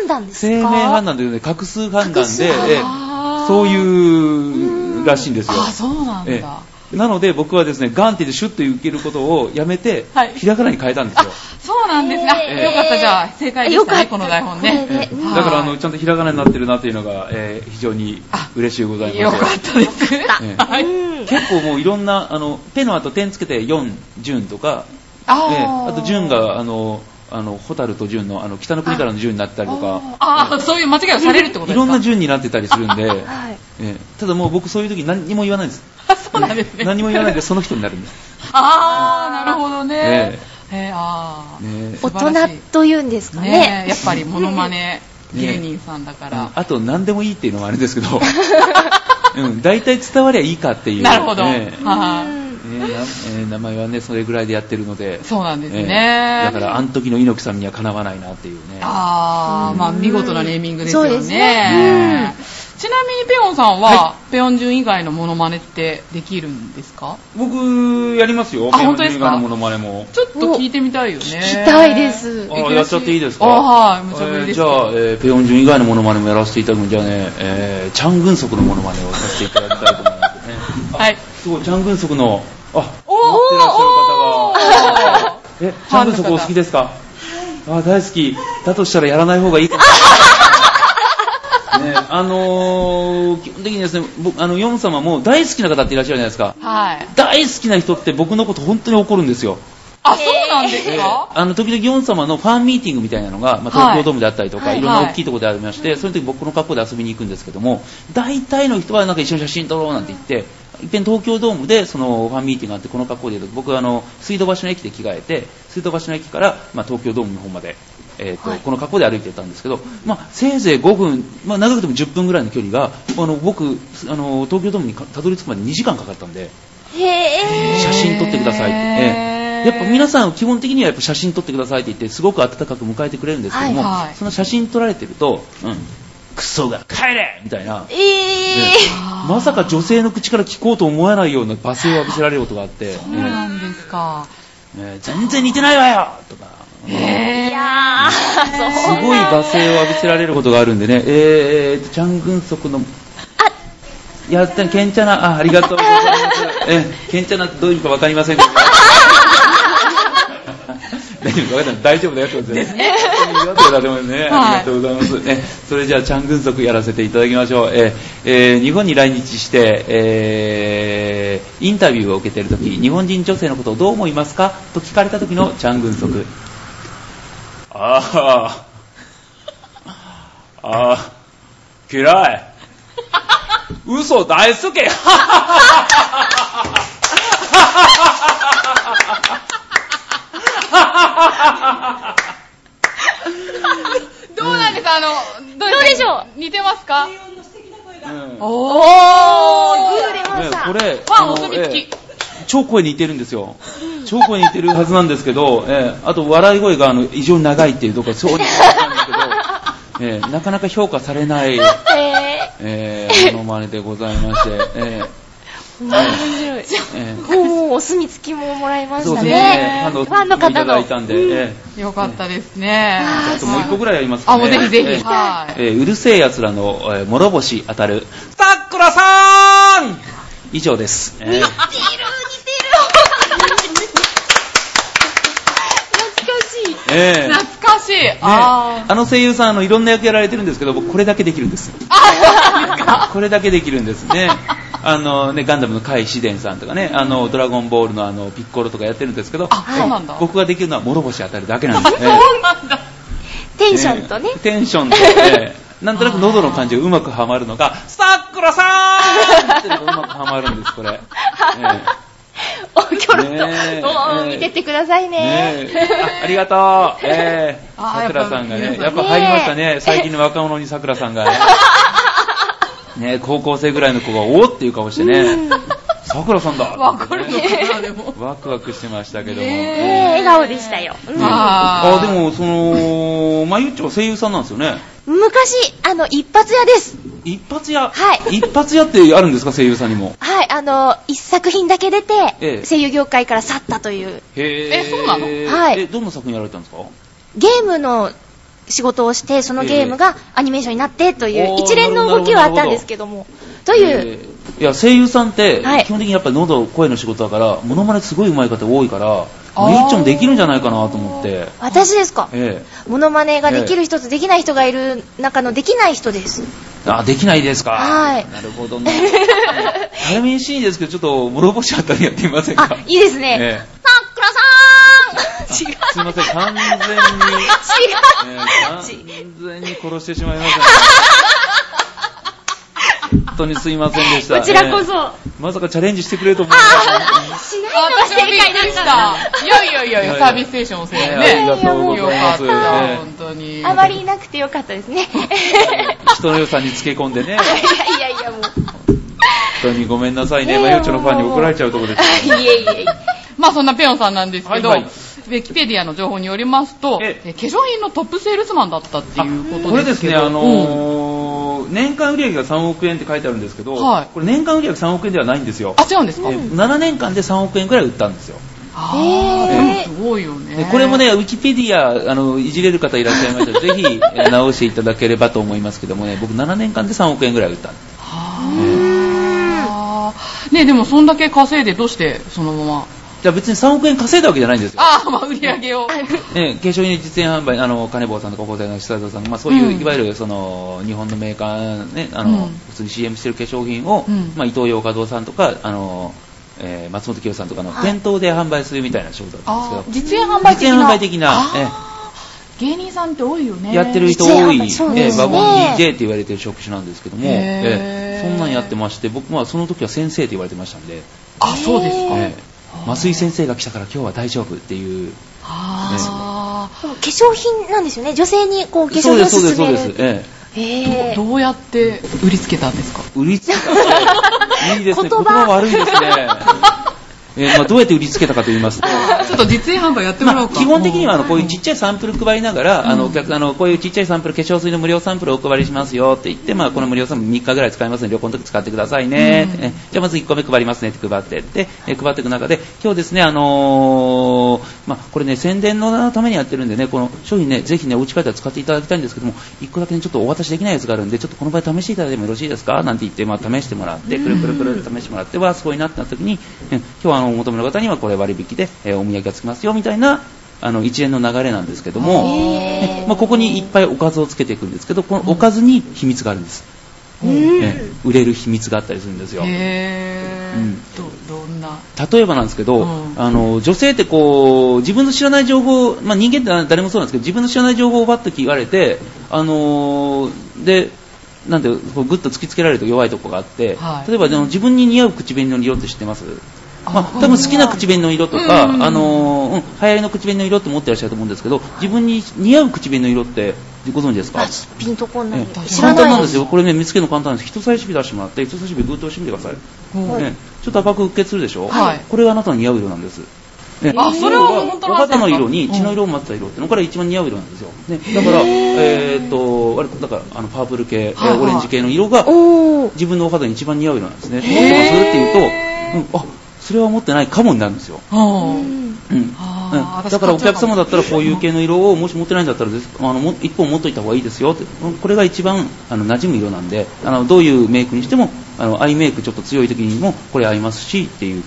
Speaker 2: 判断ですか
Speaker 3: 生命判断で、ね、画数判断で、ええ
Speaker 1: あー
Speaker 3: そういうらしいんですよ。
Speaker 1: あ、そうなんだ。
Speaker 3: ええなので僕はですね、ガンってシュッと受けることをやめて、
Speaker 1: はい
Speaker 3: ひらがなに変えたんですよ。
Speaker 1: そうなんですね。あ
Speaker 3: ええ
Speaker 1: よかった、じゃあ、正解で
Speaker 2: よ
Speaker 1: し
Speaker 2: か
Speaker 1: た
Speaker 2: った
Speaker 1: ね、この台本ね。
Speaker 2: これで
Speaker 3: ええ
Speaker 1: うん
Speaker 3: だからあの、ちゃんとひらがなになってるなというのが、ええ非常に嬉しいございます。
Speaker 1: よかったです。
Speaker 3: ええ
Speaker 1: はい。
Speaker 2: うん。
Speaker 3: 結構もういろんな、あの、ペの後点つけて4、順とか、
Speaker 1: あ
Speaker 3: ええ
Speaker 1: ー
Speaker 3: あと純があのあの蛍と純のあの北の国からの純になったりとか
Speaker 1: あーあー、そういう間違いをされるってことですか
Speaker 3: いろんな純になってたりす るんで、
Speaker 2: はい。
Speaker 3: ええただもう僕そういう時何にも言わないんです
Speaker 1: あ、そうなんですね。
Speaker 3: 何も言わないでその人になるんです、
Speaker 1: あー、なるほどね
Speaker 3: え。
Speaker 1: えー、あー。
Speaker 3: ね
Speaker 2: 大
Speaker 1: 素晴らしい
Speaker 2: 人というんですか
Speaker 1: ねえ、や
Speaker 2: ね。
Speaker 1: っぱりモノマネ芸人さんだから。
Speaker 3: あと何でもいいっていうのもあれ ですけど、うん、大体伝わりゃいいかっていう
Speaker 1: なるほど。
Speaker 3: ええ
Speaker 1: は
Speaker 3: ねなええ名前はねそれぐらいでやってるので
Speaker 1: い。そうなんですね。
Speaker 3: ええだからあの時の猪木さんにはかなわないなっていうね
Speaker 1: あー、まあ見事なネーミングですよね。
Speaker 2: そうですね
Speaker 1: ちなみにペヨンさんは、ペヨンジュン以外のモノマネってできるんですか
Speaker 3: 僕やりますよ
Speaker 1: あ本当ですか
Speaker 3: ペンギンのモノマネも
Speaker 1: ちょっと聞いてみたいよね。聞
Speaker 2: きたいです
Speaker 3: あやっちゃっていいですか
Speaker 1: あはい、むちゃぶりですけ
Speaker 3: えー
Speaker 1: ど、
Speaker 3: じゃあ、えーペヨンジュン以外のモノマネもやらせていただくんでじゃあね、えーチャン・グンソクのモノマネをさせていただきたいと思いますねあ
Speaker 1: はい。
Speaker 3: すごいチャン・グンソクのあ
Speaker 1: おー
Speaker 3: 持ってらっし
Speaker 1: お
Speaker 3: ゃる方がえチャン・グンソクお好きですかあ大好きだとしたらやらない方がいいかもしれないね、あのー基本的にですね僕あのヨン様も大好きな方っていらっしゃるじゃないですか
Speaker 1: はい。
Speaker 3: 大好きな人って僕のこと本当に怒るんですよ
Speaker 5: あ、そうなんですか
Speaker 3: あの、時々ヨン様のファンミーティングみたいなのが、まあ、
Speaker 5: はい
Speaker 3: 東京ドームであったりとか、
Speaker 2: はい
Speaker 3: い、ろんな大きいところでありまして、その時僕この格好で遊びに行くんですけども、大体の人はなんか一緒に写真撮ろうなんて言って、いっぺん東京ドームでそのファンミーティングがあって、この格好で、僕あの、水道橋の駅で着替えて、水道橋の駅から、まあ、東京ドームの方まで、えーと
Speaker 2: はい
Speaker 3: この格好で歩いてたんですけど、まあ、せいぜい5分、まあ、長くても10分ぐらいの距離が、あの僕あの、東京ドームにかたどり着くまで2時間かかったんで。
Speaker 2: へ
Speaker 3: 写真撮ってくださいって、
Speaker 5: へー
Speaker 3: ええやっぱ皆さん基本的にはやっぱ写真撮ってくださいって言ってすごく温かく迎えてくれるんですけども、
Speaker 5: はいはい
Speaker 3: その写真撮られてると、うん、クソが帰れみたいな
Speaker 2: え。ええ。
Speaker 5: あー
Speaker 3: まさか女性の口から聞こうと思わないような罵声を浴びせられることがあって、
Speaker 5: そうなんですか。
Speaker 3: ええええ全然似てないわよとか、
Speaker 5: へえ。
Speaker 2: いやー、
Speaker 3: す
Speaker 2: そう
Speaker 3: ごい罵声を浴びせられることがあるんでね、えー、チャン・グンソクの、やった、ケンチャナ、あ、ありがとうございます。えー、ケンチャナどういう意味かわかりませんけど。 大丈夫わかんない大丈夫だよってことですね。ありがとうございますね。
Speaker 5: はい
Speaker 3: ありがとうございます。ね、それじゃあ、チャン・グンソクやらせていただきましょう。えーえー日本に来日して、えーインタビューを受けているとき、日本人女性のことをどう思いますかと聞かれたときのチャン・グンソク。ああ。ああ、嫌い。嘘大好き。
Speaker 5: どうなんですかあの、どう
Speaker 2: どうでしょ
Speaker 5: う似てますか
Speaker 3: うんね
Speaker 5: お
Speaker 2: おー、グー出
Speaker 5: フ
Speaker 2: ました。
Speaker 3: これ、
Speaker 5: ァンお
Speaker 3: あの
Speaker 5: 墨付き
Speaker 3: え。え超声似てるんですよ。超声似てるはずなんですけど、ええあと笑い声があの異常に長いっていうところそうなんですけど、ええなかなか評価されない、
Speaker 2: え
Speaker 3: ええものまねでございまして、え
Speaker 2: ー、面白い。
Speaker 3: えええ
Speaker 2: もうお墨付きももらいま
Speaker 3: そ
Speaker 2: した
Speaker 3: うです
Speaker 2: ね。
Speaker 3: ね、
Speaker 2: ファンの
Speaker 3: いた
Speaker 2: 方
Speaker 3: だ
Speaker 2: の。
Speaker 3: いたんで、ええ
Speaker 5: よかったですね。
Speaker 3: あともう一個ぐらいありますか
Speaker 5: あ、
Speaker 3: ね。
Speaker 5: もうぜひぜ
Speaker 3: え
Speaker 5: ひ。
Speaker 3: え
Speaker 5: はい。
Speaker 3: えーうるせえ奴らの、えー諸星当たる、さくらさーん以上です。えー
Speaker 2: 似てる、似てる。懐かしい。
Speaker 3: えーね
Speaker 5: 懐かしい。あ
Speaker 3: あの声優さんあのいろんな役やられてるんですけど僕これだけできるんです これだけできるんですねあのねガンダムの甲斐紫伝さんとかねあのドラゴンボールのあのピッコロとかやってるんですけど
Speaker 5: あそうなんだ
Speaker 3: 僕ができるのは諸星当たるだけなんです
Speaker 5: ー。
Speaker 3: ね
Speaker 5: そうなんだ。
Speaker 2: テンションとね
Speaker 3: え。ーテンション と、えーなんとなく喉の感じがうまくはまるのが、さくらさーんってのがうまくはまるんです、これ。えー
Speaker 2: お、キョロ
Speaker 3: ね
Speaker 2: ッ
Speaker 3: え
Speaker 2: と。おー、
Speaker 3: ねえ
Speaker 2: 見てってくださいね。
Speaker 3: ねえあありがとう。ええ
Speaker 5: あ
Speaker 3: さくらさんがね、
Speaker 5: や
Speaker 3: や
Speaker 5: っ
Speaker 3: っ
Speaker 5: ぱ
Speaker 3: ぱ入りましたね。最近の若者にさくらさんが ね。ねえ高校生ぐらいの子が、おーっていう顔してね。さくらさんだ。
Speaker 5: わかるのかな、でも。
Speaker 3: ワクワクしてましたけども。
Speaker 2: え
Speaker 5: ね
Speaker 2: え笑顔でしたよ。うん
Speaker 5: あ
Speaker 3: あでも、その、まゆっちょは声優さんなんですよね。
Speaker 2: 昔、あの、一発屋です。
Speaker 3: 一発屋。
Speaker 2: はい
Speaker 3: 一発屋ってあるんですか、声優さんにも。
Speaker 2: はい、あの、一作品だけ出て、
Speaker 3: ええ
Speaker 2: 声優業界から去ったという、
Speaker 3: へえ
Speaker 5: えそうなの
Speaker 2: はい
Speaker 3: え、どんな作品やられたんですか
Speaker 2: ゲームの仕事をして、そのゲームがアニメーションになってとい
Speaker 3: お
Speaker 2: う、
Speaker 3: ー
Speaker 2: 一連の動きはあったんですけども、という、
Speaker 3: えーいや声優さんって基
Speaker 2: はい
Speaker 3: 本的にやっぱり喉声の仕事だからモノマネすごい上手い方多いから
Speaker 5: あー
Speaker 3: みゆっちょもできるんじゃないかなと思って
Speaker 2: 私ですか、
Speaker 3: え
Speaker 2: モノマネができる人とできない人がいる中のできない人です。
Speaker 3: えあできないですか
Speaker 2: はい
Speaker 3: なるほどね早めにしいですけどちょっと諸星あたりやってみませんか
Speaker 2: あ、いいですね。
Speaker 3: ええ
Speaker 2: さっくらさーん違う。
Speaker 3: すいません完全に、え
Speaker 2: 違う。
Speaker 3: え完全に殺してしまいました、ね、本当にすいませんでし た
Speaker 2: こちらこそ。
Speaker 3: え
Speaker 2: あ
Speaker 3: えまさかチャレンジしてくれると思うなかった
Speaker 2: ーしないのが
Speaker 5: 私
Speaker 2: 正
Speaker 5: もびっ
Speaker 2: 解
Speaker 5: くりし。
Speaker 2: だった
Speaker 5: いやいやいやいや、サービスステーションをせ
Speaker 3: ね
Speaker 5: よ
Speaker 3: あり
Speaker 5: ね。
Speaker 3: がとうご
Speaker 5: よ
Speaker 3: ざい
Speaker 5: か
Speaker 3: ま
Speaker 5: っ
Speaker 3: す。
Speaker 5: た、
Speaker 3: ね
Speaker 5: 本当に。
Speaker 2: た。あまりいなくてよかったですね。
Speaker 3: 人の良さにつけ込んでね、
Speaker 2: いやいやいやもう。
Speaker 3: 本当にごめんなさい
Speaker 2: いや
Speaker 3: ね、
Speaker 2: いや
Speaker 3: マヨチョのファンに怒られちゃう ところですけど。
Speaker 2: いえいえいえ。
Speaker 5: まあそんなペヨンさんなんですけど、
Speaker 3: はいはい
Speaker 5: ウィキペディアの情報によりますと、え
Speaker 3: え
Speaker 5: 化粧品のトップセールスマンだったっていうことですけど。
Speaker 3: これですね、あ
Speaker 5: うん
Speaker 3: のー年間売上が3億円って書いてあるんですけど、
Speaker 5: はい
Speaker 3: これ年間売上3億円ではないんですよ。
Speaker 5: あ、違うんですか、
Speaker 3: えー7年間で3億円くらい売ったんですよ。
Speaker 5: あー、で
Speaker 2: えー
Speaker 5: もすごいよね
Speaker 3: で。これもね、ウィキペディア、あの、いじれる方いらっしゃいま したら、ぜひ、えー直していただければと思いますけどもね、僕7年間で3億円くらい売ったんです。
Speaker 5: あー。ねでもそんだけ稼いでどうしてそのまま。
Speaker 3: じゃあ別に3億円稼いだわけじゃないんですよ。
Speaker 5: あー、まあ売り上げを。
Speaker 3: ね、化粧品実演販売、あの、金坊さんとか宝の久田さん、まあそういう、
Speaker 5: うん
Speaker 3: いわゆるその、日本のメーカーね、あの、
Speaker 5: うん
Speaker 3: 普通に CM してる化粧品を、
Speaker 5: うん
Speaker 3: まあ伊藤洋華堂さんとか、あの、えー松本清さんとかの
Speaker 1: はい
Speaker 3: 店頭で販売するみたいな仕事だったん
Speaker 1: あ
Speaker 3: で
Speaker 1: ー
Speaker 3: すけど、
Speaker 1: 実演販売的な
Speaker 3: 実演販売的な
Speaker 1: あー芸人さんって多いよね
Speaker 3: やってる人
Speaker 2: 実演販
Speaker 3: 多い、
Speaker 2: 売
Speaker 3: えー
Speaker 2: そうですね
Speaker 3: ワゴン DJ って言われてる職種なんですけども、
Speaker 1: へー
Speaker 3: えーそんなんやってまして、僕はその時は先生って言われてましたんで、
Speaker 1: あそうですか、
Speaker 3: えー増井先生が来たから今日は大丈夫っていう、
Speaker 1: あ
Speaker 2: でも化粧品なんですよね。女性にこう化粧
Speaker 3: そう
Speaker 2: 品
Speaker 3: で
Speaker 2: を
Speaker 3: す、そうです、
Speaker 2: 勧
Speaker 3: そう
Speaker 2: め
Speaker 3: で
Speaker 2: る。
Speaker 3: す、え
Speaker 1: ー
Speaker 2: へ
Speaker 1: ど
Speaker 2: ー
Speaker 1: うやって売りつけたんですか
Speaker 3: ー売りつけたって、いいですね、
Speaker 2: 言葉
Speaker 3: 言葉悪いです ね。えーまあ、どうやって売りつけたかと言いますと、
Speaker 1: ちょっと実演販売やってもらお
Speaker 3: まあ、
Speaker 1: うか、
Speaker 3: 基本的にはあのこういう
Speaker 1: 実
Speaker 3: ちっちゃいサンプル配りながら、あのお客あのこういうちっちゃいサンプル化粧水の無料サンプルをお配りしますよって言って、まあ、この無料サンプル3日ぐらい使いますので旅行の時使ってくださいね、
Speaker 1: うん
Speaker 3: えじゃあまず1個目配りますねって配ってでえ配っていく中で今日ですね、あのーまあ、これね宣伝のためにやってるんでねこの商品ねぜひねお家帰ったら使っていただきたいんですけども1個だけねちょっとお渡しできないやつがあるんでちょっとこの場合試していただいてもよろしいですかなんて言って、まあ、試してもらってくるくるくるって試してもらってはすごいなってなった時に、うん今日はあのお求めの方にはこれ割引で、えーお土産がつきますよみたいなあの一連の流れなんですけども、ね まあ、ここにいっぱいおかずをつけていくんですけどこのおかずに秘密があるんです、ね売れる秘密があったりするんですよ、
Speaker 1: へー、
Speaker 3: うん
Speaker 1: どどんな
Speaker 3: 例えばなんですけど、
Speaker 1: うん
Speaker 3: あの女性ってこう自分の知らない情報を、まあ、人間って誰もそうなんですけど自分の知らない情報をバッと聞かれて、あのーでなんてこうグッと突きつけられると弱いとこがあって、
Speaker 1: はい
Speaker 3: 例えばあの自分に似合う唇の色って知ってますま
Speaker 1: あ
Speaker 3: あ、多分好きな口紅の色とか、
Speaker 1: うん
Speaker 3: あのーうん、流行りの口紅の色って持ってらっしゃると思うんですけど自分に似合う口紅の色ってご存知ですか
Speaker 2: あ、ちょっとピンとこんない
Speaker 3: え。え
Speaker 2: 知ら
Speaker 3: 簡単
Speaker 2: な
Speaker 3: ないんですよ。これね、見つけるの簡単です。人差し指出してもらって、人差し指グーッと押してみてください。
Speaker 1: うん
Speaker 3: ね、ちょっと赤くうっ血するでしょ、
Speaker 1: はい
Speaker 3: これがあなたの似合う色なんです。ね
Speaker 1: あそれは本当
Speaker 3: お
Speaker 1: なんですか
Speaker 3: 肌の色に血の色を混ぜた色ってのこれが一番似合う色なんですよ。ね、だから、えーっと、割とだから、あの、パープル系、え
Speaker 1: はいはい
Speaker 3: オレンジ系の色が、
Speaker 2: おー。
Speaker 3: 自分のお肌に一番似合う色なんですね。
Speaker 1: へー
Speaker 3: その人がそれって言うと、うん、あ、それは持ってないかもになるんですよ。
Speaker 1: う
Speaker 2: うんん
Speaker 3: うん
Speaker 1: あー
Speaker 3: うんだからお客様だったらこういう
Speaker 1: 私買っちゃうかも
Speaker 3: 系の色をもし持ってないんだったらですあのも一本持っといた方がいいですよってうんこれが一番あの馴染む色なんであのどういうメイクにしてもあのアイメイクちょっと強い時にもこれ合いますしっていうふうに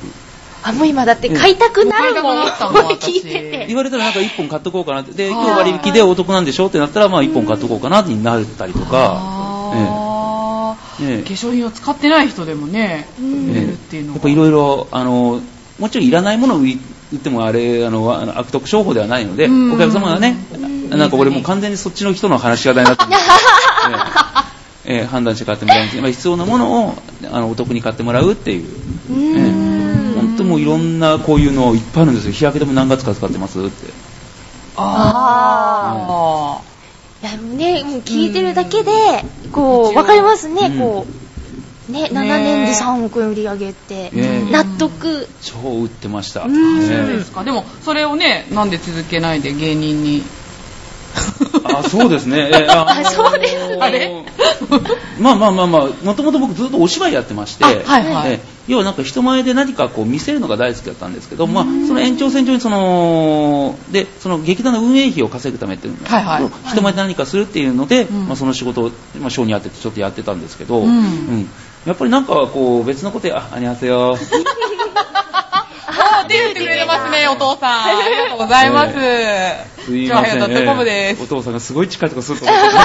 Speaker 2: あ、もう今だって買いたくなるもん。
Speaker 1: 買いたくなったもん
Speaker 2: これ聞いて
Speaker 1: 私
Speaker 2: て。
Speaker 3: 言われたらなんか一本買っとこうかなってで
Speaker 1: は
Speaker 3: 今
Speaker 1: い
Speaker 3: 日割引でお得なんでしょってなったらまあ一本買っとこうかなになったりとか、
Speaker 1: あー
Speaker 3: ええええ
Speaker 1: 化粧品を使ってない人でもね、
Speaker 2: うん
Speaker 1: 売れ
Speaker 3: え
Speaker 1: るってい
Speaker 3: え
Speaker 1: うの
Speaker 3: や
Speaker 1: が
Speaker 3: っぱいろいろあのもちろんいらないものを売り売ってもあれあのあの悪徳商法ではないので
Speaker 1: うん
Speaker 3: お客様がねなんか俺もう完全にそっちの人の話し方になっ てますええええ判断して買ってもらうんですけどまあ必要なものをあのお得に買ってもらうっていう、
Speaker 2: う
Speaker 3: ええ
Speaker 2: ん。
Speaker 3: 本当もういろんなこういうのいっぱいあるんですよ日焼けでも何月か使ってますって
Speaker 1: あ
Speaker 2: いや、ね、もう聞いてるだけで、こう、わかりますね、
Speaker 3: うん
Speaker 2: こう。ね、7年で3億円売り上げって、
Speaker 3: ねえ
Speaker 2: 納得。
Speaker 3: 超売ってました、
Speaker 2: うん
Speaker 3: ええ
Speaker 1: ーそうですかでもそれをねなんで続けないで芸人に
Speaker 3: あそうですね、えあ
Speaker 2: あそうです ね
Speaker 3: あのまあまあまあまあもともと僕ずっとお芝居やってまして、
Speaker 1: あはいはい
Speaker 3: え要はなんか人前で何かこう見せるのが大好きだったんですけど、まあ、その延長線上にそのでその劇団の運営費を稼ぐためっていうの
Speaker 1: はいはい
Speaker 3: 人前で何かするっていうので、
Speaker 1: うん
Speaker 3: まあ、その仕事を、まあ、性にあってちょっとやってたんですけど、
Speaker 1: うん
Speaker 3: んやっぱりなんかこう別のことであ、ありがとうよ。
Speaker 1: あー手振ってくれてますねお父さんありがとうございます、
Speaker 3: すいません。
Speaker 1: ドットコムです
Speaker 3: お父さんがすごい近いとかすると思ってたんで。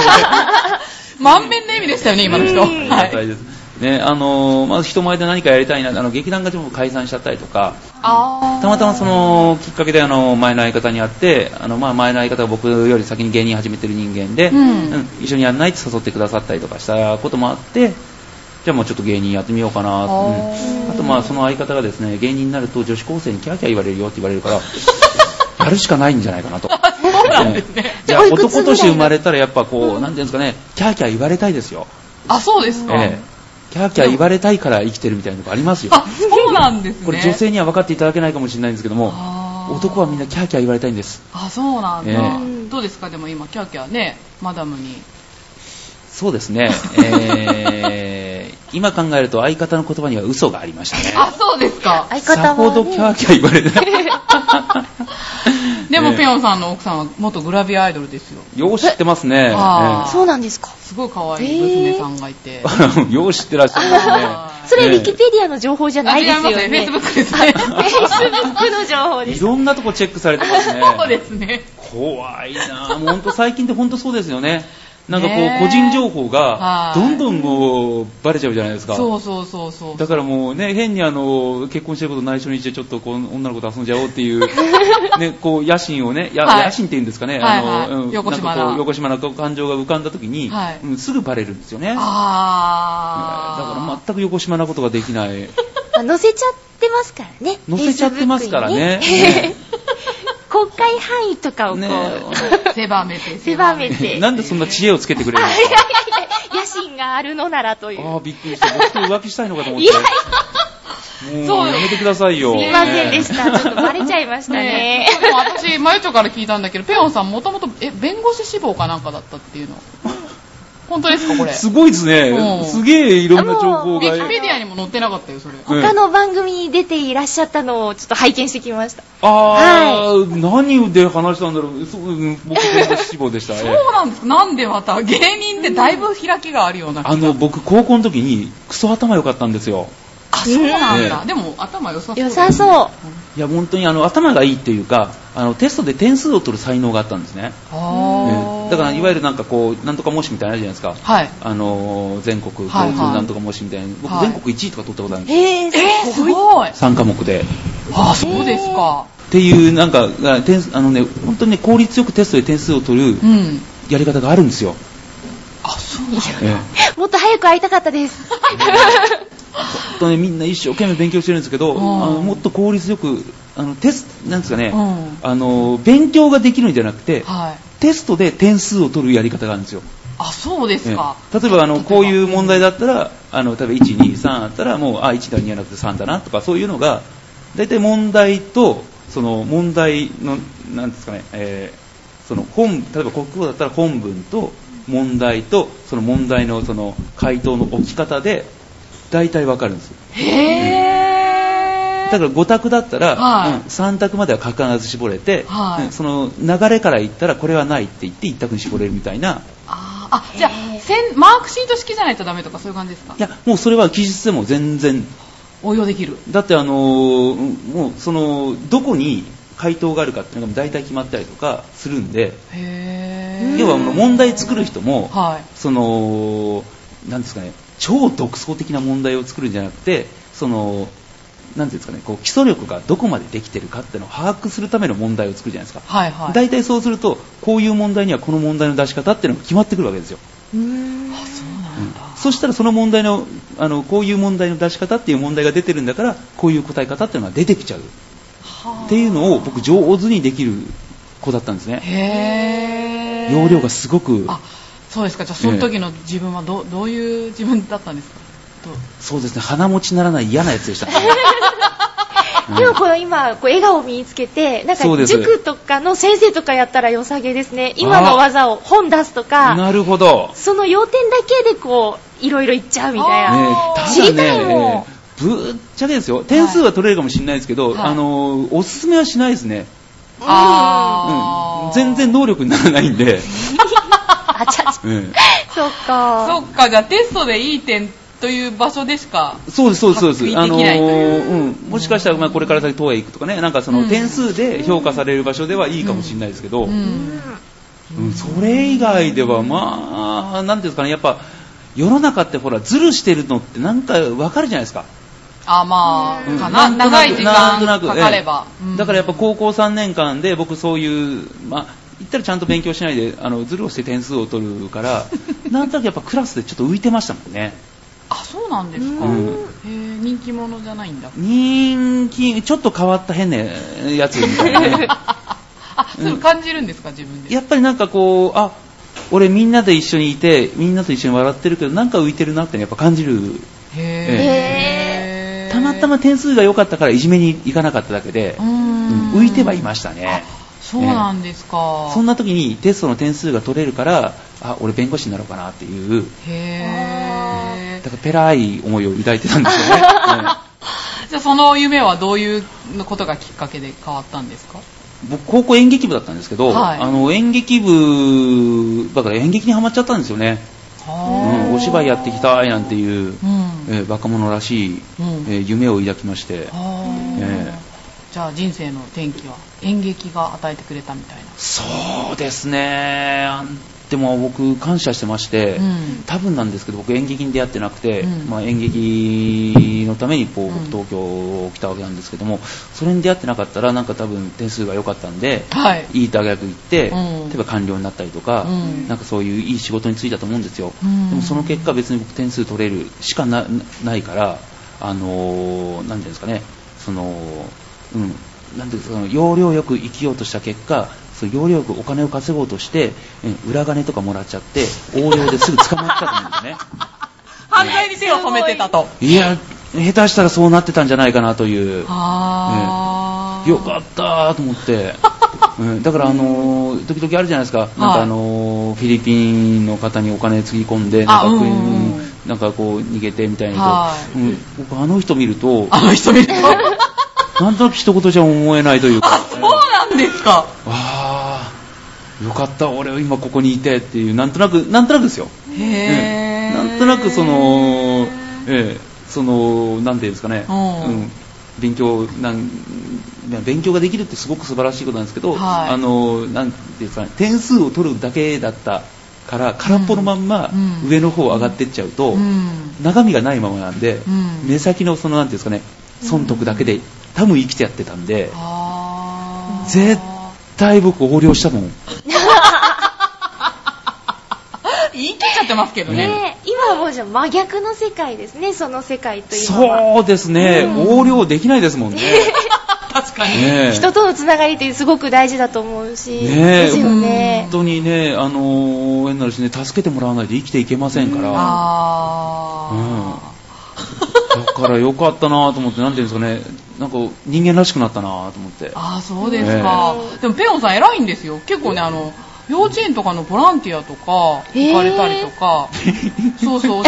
Speaker 1: 満面の笑みでしたよね 今の 人、
Speaker 3: あ
Speaker 1: は
Speaker 3: りがたい
Speaker 1: い、
Speaker 3: です。ね、あのーまず人前で何かやりたいな、あの、劇団が全部解散しちゃったりとか、
Speaker 1: あー
Speaker 3: たまたまそのきっかけであの前の相方に会ってあの、まあ、前の相方が僕より先に芸人始めてる人間で、
Speaker 1: うん
Speaker 3: うん一緒にやんないって誘ってくださったりとかしたこともあってじゃあもうちょっと芸人やってみようかなと、うんあとまあその相方がですね芸人になると女子高生にキャーキャー言われるよって言われるから やるしかないんじゃないかなと。
Speaker 1: そうなんですね
Speaker 3: じゃあ
Speaker 2: おいくつぐらい
Speaker 3: 男として生まれたらやっぱこう、なんていうんですかね、キャーキャー言われたいですよ。
Speaker 1: あそうですか、
Speaker 3: ええキャーキャー言われたいから生きてるみたいなとこありますよ。
Speaker 1: あそうなんですね
Speaker 3: これ女性には分かっていただけないかもしれないんですけども、
Speaker 1: あー
Speaker 3: 男はみんなキャーキャー言われたいんです。
Speaker 1: あそうなんだ、
Speaker 3: え
Speaker 2: え
Speaker 1: どうですかでも今キャーキャーねマダムに
Speaker 3: そうです ね。えー、今考えると相方の言葉には嘘がありましたね。
Speaker 1: あそうですか
Speaker 2: 相
Speaker 3: さ
Speaker 2: 方
Speaker 3: ほ
Speaker 2: は、
Speaker 3: どキャー
Speaker 2: ね、
Speaker 3: キャー言われない。
Speaker 1: でも
Speaker 3: ええ
Speaker 1: ペヨンさんの奥さんは元グラビアアイドルですよ
Speaker 3: よう知ってますね。
Speaker 1: あ
Speaker 2: そうなんですか。
Speaker 1: すごい可愛い娘さんがいて、
Speaker 3: えー よう知ってらっしゃいますね
Speaker 1: あ。
Speaker 2: それ、
Speaker 3: え
Speaker 2: ウ
Speaker 3: ー
Speaker 2: ィキペディアの情報じゃないですよ
Speaker 1: あ違いますね
Speaker 2: ね。
Speaker 1: Facebook ですね
Speaker 2: あ Facebook の情報で
Speaker 3: い
Speaker 2: す。
Speaker 3: ろんなと こチェックされてますね。
Speaker 1: そうですね
Speaker 3: 怖いなぁ。もうほんと最近ってほんとそうですよね。なんかこ
Speaker 1: ね
Speaker 3: う個人情報が
Speaker 1: はい
Speaker 3: どんどんもうバレちゃうじゃないですか。
Speaker 1: そうそうそうそう。
Speaker 3: だからもうね、変にあの、結婚してること内緒にして、ちょっとこう、女の子と遊んじゃおうって いう、ね、こう、野心をね、や
Speaker 1: はい
Speaker 3: 野心っていうんですかね、
Speaker 1: はい
Speaker 3: あ
Speaker 1: はい
Speaker 3: の、うん
Speaker 1: 横島な
Speaker 3: なんかこう、横島な感情が浮かんだ時に、
Speaker 1: はい
Speaker 3: うんすぐバレるんですよね。
Speaker 1: あ
Speaker 3: だ
Speaker 1: ー。
Speaker 3: から全く横島なことができない。
Speaker 6: まあ載せちゃってますからね。
Speaker 3: 載せちゃってますから
Speaker 6: Facebook
Speaker 3: ね。
Speaker 6: に
Speaker 3: ね
Speaker 6: 公開範囲とかをこう、
Speaker 1: 狭めて、
Speaker 6: 狭め
Speaker 3: ね
Speaker 6: て。
Speaker 3: なんでそんな知恵をつけてくれるんです
Speaker 6: 野心があるのならという。
Speaker 3: かああ、びっくりした。僕と浮気したいのかと思っ
Speaker 6: いやい
Speaker 3: て。もうやめてくださいよ。
Speaker 1: そう
Speaker 6: や、すいません でした。ちょっとバレちゃいましたね。
Speaker 1: えでも私、まゆちょから聞いたんだけど、ペヨンさんもともと、え、弁護士志望かなんかだったっていうの。本当ですか、これ。
Speaker 3: すごいです
Speaker 1: う
Speaker 3: ね。
Speaker 1: ん
Speaker 3: すげえいろんな情報
Speaker 1: ウ
Speaker 3: が
Speaker 1: ィ。キペディアにも載ってなかったよ、それ。
Speaker 3: うん
Speaker 6: 他の番組に出ていらっしゃったのをちょっと拝見してきました。
Speaker 3: あー、何で話したんだろう。そううん僕、弁護士志望でした。ええ
Speaker 1: そうなんですかなんでまた、芸人ってだいぶ開きがあるような気が。
Speaker 3: あの、僕、高校の時に、クソ頭良かったんですよ。
Speaker 1: あ、そうなんだ。
Speaker 3: ね
Speaker 1: でも、頭良さそう。
Speaker 6: 良さそう。
Speaker 3: いや、本当に、あの、頭がいいっていうか、あの、テストで点数を取る才能があったんですね。
Speaker 1: あ
Speaker 3: え
Speaker 1: ー
Speaker 3: えだから、いわゆるなんかこう、なんとか模試みたいなのあるじゃないですか。
Speaker 1: はい。
Speaker 3: あのー全国共通
Speaker 1: はいはい
Speaker 3: なんとか模試みたいな、僕
Speaker 1: はい
Speaker 3: 全国1位とか取ったことあるんですよ、
Speaker 6: へえ、
Speaker 1: えー、すごい。
Speaker 3: 3科目で。
Speaker 1: あー、そうですか。
Speaker 3: っていう、なんか、あ点数あのね、本当にね、効率よくテストで点数を取る
Speaker 1: うん。
Speaker 3: やり方があるんですよ。
Speaker 1: あ、そうなんだ。
Speaker 3: ええ
Speaker 6: もっと早く会いたかったです。
Speaker 3: 本当ね、みんな一生懸命勉強してるんですけど、
Speaker 1: うん
Speaker 3: あのもっと効率よく、あの、テスト、なんですかね、
Speaker 1: うん
Speaker 3: あの、勉強ができるんじゃなくて、
Speaker 1: はい。
Speaker 3: テストで点数を取るやり方があるんですよ。
Speaker 1: あ、そうですか。
Speaker 3: ええ例えばあのこういう問題
Speaker 1: だ。
Speaker 3: だったら、あの例えば1、2、3あったら、もうあ1だ、2じゃなくて3だなとか、そういうのが、大体問題と、その問題の、なんですかね、えーその本例えば国語だったら本文と問題と、その問題のその回答の置き方で、大体わかるんですよ。
Speaker 1: へ
Speaker 3: だから5択だったら、
Speaker 1: はい
Speaker 3: 3択までは必ず絞れて、
Speaker 1: はい
Speaker 3: うんその流れから言ったらこれはないって言って1択に絞れるみたいな。
Speaker 1: あーあ、じゃあ、線マークシート式じゃないとダメとかそういう感じですか
Speaker 3: いや、もうそれは記述でも全然
Speaker 1: 応用できる。
Speaker 3: だってあのーうんもうそのどこに回答があるかっていうのが大体決まったりとかするんで、
Speaker 1: へ
Speaker 3: 要はもう問題作る人も、
Speaker 1: はい。
Speaker 3: そのなんですかね超独創的な問題を作るんじゃなくてそのなんていうんですかねこう基礎力がどこまでできてるかっていうのを把握するための問題を作るじゃないですか。
Speaker 1: はいはい。
Speaker 3: 大体そうするとこういう問題にはこの問題の出し方っていうのが決まってくるわけですよ。
Speaker 1: そうなんだ。
Speaker 3: そしたらその問題のあのこういう問題の出し方っていう問題が出てるんだからこういう答え方っていうのが出てきちゃうっていうのを僕上手にできる子だったんですね
Speaker 1: へー
Speaker 3: 容量がすごく
Speaker 1: あ、そうですか。じゃあ、その時の自分はど,、どういう自分だったんですかどう
Speaker 3: そうですね鼻持ちならない嫌なや つでした、ね、
Speaker 6: でもこの今、こう笑顔を身につけて、なん
Speaker 3: そう
Speaker 6: か
Speaker 3: です
Speaker 6: 塾とかの先生とかやったら良さげですね。今の技を本出すとか、
Speaker 3: なるほど、ね
Speaker 6: その要点だけでこう、いろいろいっちゃうみた
Speaker 3: え
Speaker 6: いな。知
Speaker 3: ただ
Speaker 6: りたい
Speaker 3: ね
Speaker 6: も
Speaker 3: ぶっちゃけですよ点数は取れるかもしれないですけど、
Speaker 1: はい
Speaker 3: あのおすすめはしないですね、う
Speaker 1: あ
Speaker 3: ん、
Speaker 1: ー
Speaker 3: 全然能力にならないんで、
Speaker 6: あちゃち
Speaker 3: うん
Speaker 6: ゃ。そっか。
Speaker 1: そっか、じゃあテストでいい点という場所でしか。
Speaker 3: そうです、そうです、そうです。
Speaker 1: 確認できないという
Speaker 3: うん、もしかしたら、まあ、これから先、東へ行くとかね、なんかその
Speaker 1: うん
Speaker 3: 点数で評価される場所ではいいかもしれないですけど、
Speaker 1: う
Speaker 3: うん
Speaker 1: ん。
Speaker 3: うんそれ以外では、まあ、なんていうんですかね、やっぱ、世の中ってほら、ズルしてるのってなんかわかるじゃないですか。
Speaker 1: あ、まあ、
Speaker 3: うん
Speaker 1: かな。
Speaker 3: んとく
Speaker 1: 長い時
Speaker 3: なんとな
Speaker 1: 間
Speaker 3: く
Speaker 1: かかれば。
Speaker 3: ええ
Speaker 1: うん
Speaker 3: だからやっぱ高校3年間で僕そういう、まあ、言ったらちゃんと勉強しないで、あの、ズルをして点数を取る から、なんとなくやっぱクラスでちょっと浮いてましたもんね。
Speaker 1: あ、そうなんですか。
Speaker 3: う
Speaker 1: へ
Speaker 3: ん
Speaker 1: え、人気者じゃないんだ。
Speaker 3: 人気、ちょっと変わった変なやつみたい なね。
Speaker 1: あ、それ感じるんですか、自分で。
Speaker 3: やっぱりなんかこう、あ、俺みんなで一緒にいて、みんなと一緒に笑ってるけど、なんか浮いてるなってやっぱ感じる。
Speaker 1: へー
Speaker 3: たまたま点数が良かったからいじめに行かなかっただけで
Speaker 1: う、ん
Speaker 3: うん浮いてはいましたね。
Speaker 1: そうなんですか。
Speaker 3: そんな時にテストの点数が取れるから、あ、俺弁護士になろうかなっていう、
Speaker 1: へ
Speaker 3: だ
Speaker 1: ー
Speaker 3: からペラい思いを抱いてたんで すよね。
Speaker 1: じゃあその夢はどういうことがきっかけで変わったんですか
Speaker 3: うん僕、高校演劇部だったんですけど、
Speaker 1: はい
Speaker 3: あの演劇部、だから演劇にハマっちゃったんですよね。うん、お芝居やっていきたいなんていう、
Speaker 1: うん。
Speaker 3: えー若者らしい、
Speaker 1: うん
Speaker 3: えー夢を抱きまして、
Speaker 1: あー
Speaker 3: ええ
Speaker 1: じゃあ人生の転機は演劇が与えてくれたみたいな。
Speaker 3: そうですねあのでも僕感謝してまして、
Speaker 1: うん
Speaker 3: 多分なんですけど僕演劇に出会ってなくて、
Speaker 1: うん
Speaker 3: まあ、演劇のためにこう
Speaker 1: うん
Speaker 3: 僕東京来たわけなんですけどもそれに出会ってなかったらなんか多分点数が良かったんで
Speaker 1: はい。
Speaker 3: いい大学行って、
Speaker 1: うん
Speaker 3: 例えば官僚になったりとか、
Speaker 1: うん
Speaker 3: なんかそういういい仕事に就いたと思うんですよ、
Speaker 1: うん
Speaker 3: でもその結果別に僕点数取れるしかなないからあのー、なんていうんですかねそのうんなんていうんですかその要領よく生きようとした結果その要領よくお金を稼ごうとして、うん裏金とかもらっちゃって横領ですぐ捕まったと思うんですね
Speaker 1: 反対に手を染めてたと。
Speaker 3: いや下手したらそうなってたんじゃないかなという
Speaker 1: あー。
Speaker 3: よかったーと思 って、うん、だから、あのー時々あるじゃないですか、なんか、あのーフィリピンの方にお金つぎ込んで、なん
Speaker 1: あ
Speaker 3: かこうい
Speaker 1: うん
Speaker 3: う、
Speaker 1: うんうん
Speaker 3: うんなんかこう、逃げてみたいな
Speaker 1: は
Speaker 3: と、うん、僕、あの人見ると、
Speaker 1: あの人見ると。
Speaker 3: なんとなく一言じゃ思えないという か、
Speaker 1: あ、 そうなんですか。
Speaker 3: あー、よかった、俺は今ここにいてっていう、なんとなく、なんとなくですよ。
Speaker 1: へー。
Speaker 3: なんとなくその、ええ、その、なんていうんですかね、
Speaker 1: うん
Speaker 3: うん勉強なん、勉強ができるってすごく素晴らしいことなんですけど、
Speaker 1: はい
Speaker 3: あの、なんていうんですかね、点数を取るだけだったから、空っぽのまんま
Speaker 1: うん
Speaker 3: 上の方上がってっちゃうと、
Speaker 1: うん。
Speaker 3: 中身がないままなんで、
Speaker 1: うん
Speaker 3: 目先のその、なんていうんですかね、損得だけで、多分生きてやってたんで、
Speaker 1: あー。
Speaker 3: 絶対僕横領したもん。
Speaker 1: 言い切っちゃってますけどね。
Speaker 2: ねえ、今はもうじゃあ真逆の世界ですね、その世界というのは。
Speaker 3: そうですね、横領できないですもんね。
Speaker 1: 確かに。
Speaker 3: ねえ
Speaker 2: 人とのつながりってすごく大事だと思うし、
Speaker 3: ねえ
Speaker 2: ですよね
Speaker 3: 本。当にね、あのー、縁なるしね、助けてもらわないと生きていけませんから、
Speaker 1: あー。
Speaker 3: だからよかったなと思って、なんていうんですかね、なんか人間らしくなったなと思って。
Speaker 1: ああそうですか、
Speaker 2: ね
Speaker 1: でもペヨンさん偉いんですよ結構ねあの幼稚園とかのボランティアとか行かれたりとか、そうそう お仕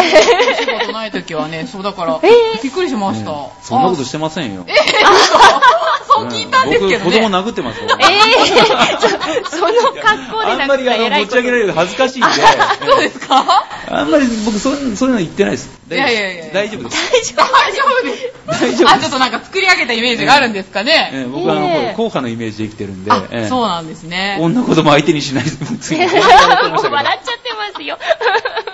Speaker 1: 事ない時はねそうだから、
Speaker 2: えー
Speaker 1: びっくりしました、
Speaker 3: うんそんなことしてませんよ。
Speaker 1: あそう聞いたんですけど
Speaker 3: うん僕、子
Speaker 1: ね、
Speaker 3: 供殴ってますよ。
Speaker 2: ええ そその格好で
Speaker 3: あ
Speaker 2: なん
Speaker 3: ま
Speaker 2: く
Speaker 3: り
Speaker 2: た
Speaker 3: あ
Speaker 2: ら偉
Speaker 3: の持
Speaker 2: い
Speaker 3: ち
Speaker 2: こ
Speaker 3: 上げられ
Speaker 2: と。
Speaker 3: ると恥ずかしいんで、
Speaker 1: そうですか
Speaker 3: あんまり僕そういうそういうの言ってないです。
Speaker 1: いやいやいや
Speaker 3: 大丈夫です。
Speaker 1: 大丈夫です
Speaker 3: 大丈夫
Speaker 1: あ
Speaker 3: で
Speaker 1: ちょっ
Speaker 3: す。
Speaker 1: となんか作り上げたイメージがあるんですかね、
Speaker 3: ええ僕はあの、
Speaker 2: ええ
Speaker 3: 硬派のイメージで生きてるんで、
Speaker 1: あ、
Speaker 3: ええ
Speaker 1: そうなんです ね
Speaker 3: 女子供相手にしないです。ついにこんなこと言ってましたけど
Speaker 2: 笑っちゃってますよ。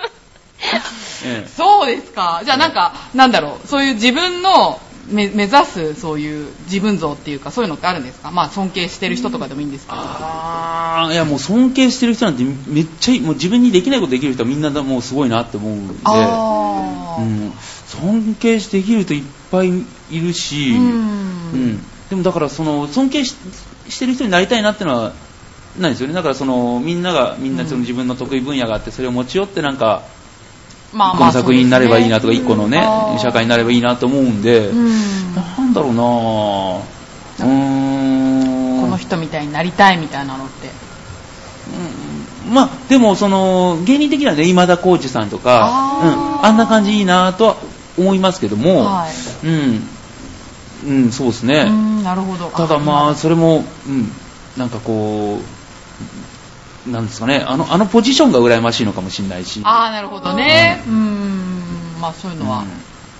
Speaker 3: ええ
Speaker 1: そうですか。じゃあなんか、なんだろう、そういう自分のめ目指すそういう自分像っていうか、そういうのってあるんですかまあ尊敬してる人とかでもいいんですけど。
Speaker 3: あーいやもう尊敬してる人なんてめっちゃいいもう自分にできないことできる人はみんなだもうすごいなって思うんで、
Speaker 1: あ
Speaker 3: う
Speaker 1: ー
Speaker 3: ん、尊敬してできる人いっぱいいるし、
Speaker 1: うん
Speaker 3: うんでもだからその尊敬ししてる人になりたいなってのはないですよねだからそのみんながみんなその自分の得意分野があってそれを持ち寄ってなんか
Speaker 1: ま
Speaker 3: 一個の作品になればいいなとか一個のね
Speaker 1: あー
Speaker 3: 社会になればいいなと思うん
Speaker 1: そう
Speaker 3: で、
Speaker 1: ですね
Speaker 3: なんだろうなぁうー
Speaker 1: うんんこの人みたいになりたいみたいなのって。
Speaker 3: うんまあでもその芸人的にはね今田耕司さんとか
Speaker 1: あ
Speaker 3: あ,、うん、あんな感じいいなとは思いますけども、
Speaker 1: はい。
Speaker 3: うん、うん、そうです
Speaker 1: う
Speaker 3: ね
Speaker 1: ん、なるほど。
Speaker 3: ただまあ
Speaker 1: あ、
Speaker 3: それも、うん、なんかこうなんですかねあのあのポジションが羨ましいのかもしれないし
Speaker 1: あーなるほどね。うん、まあそういうのは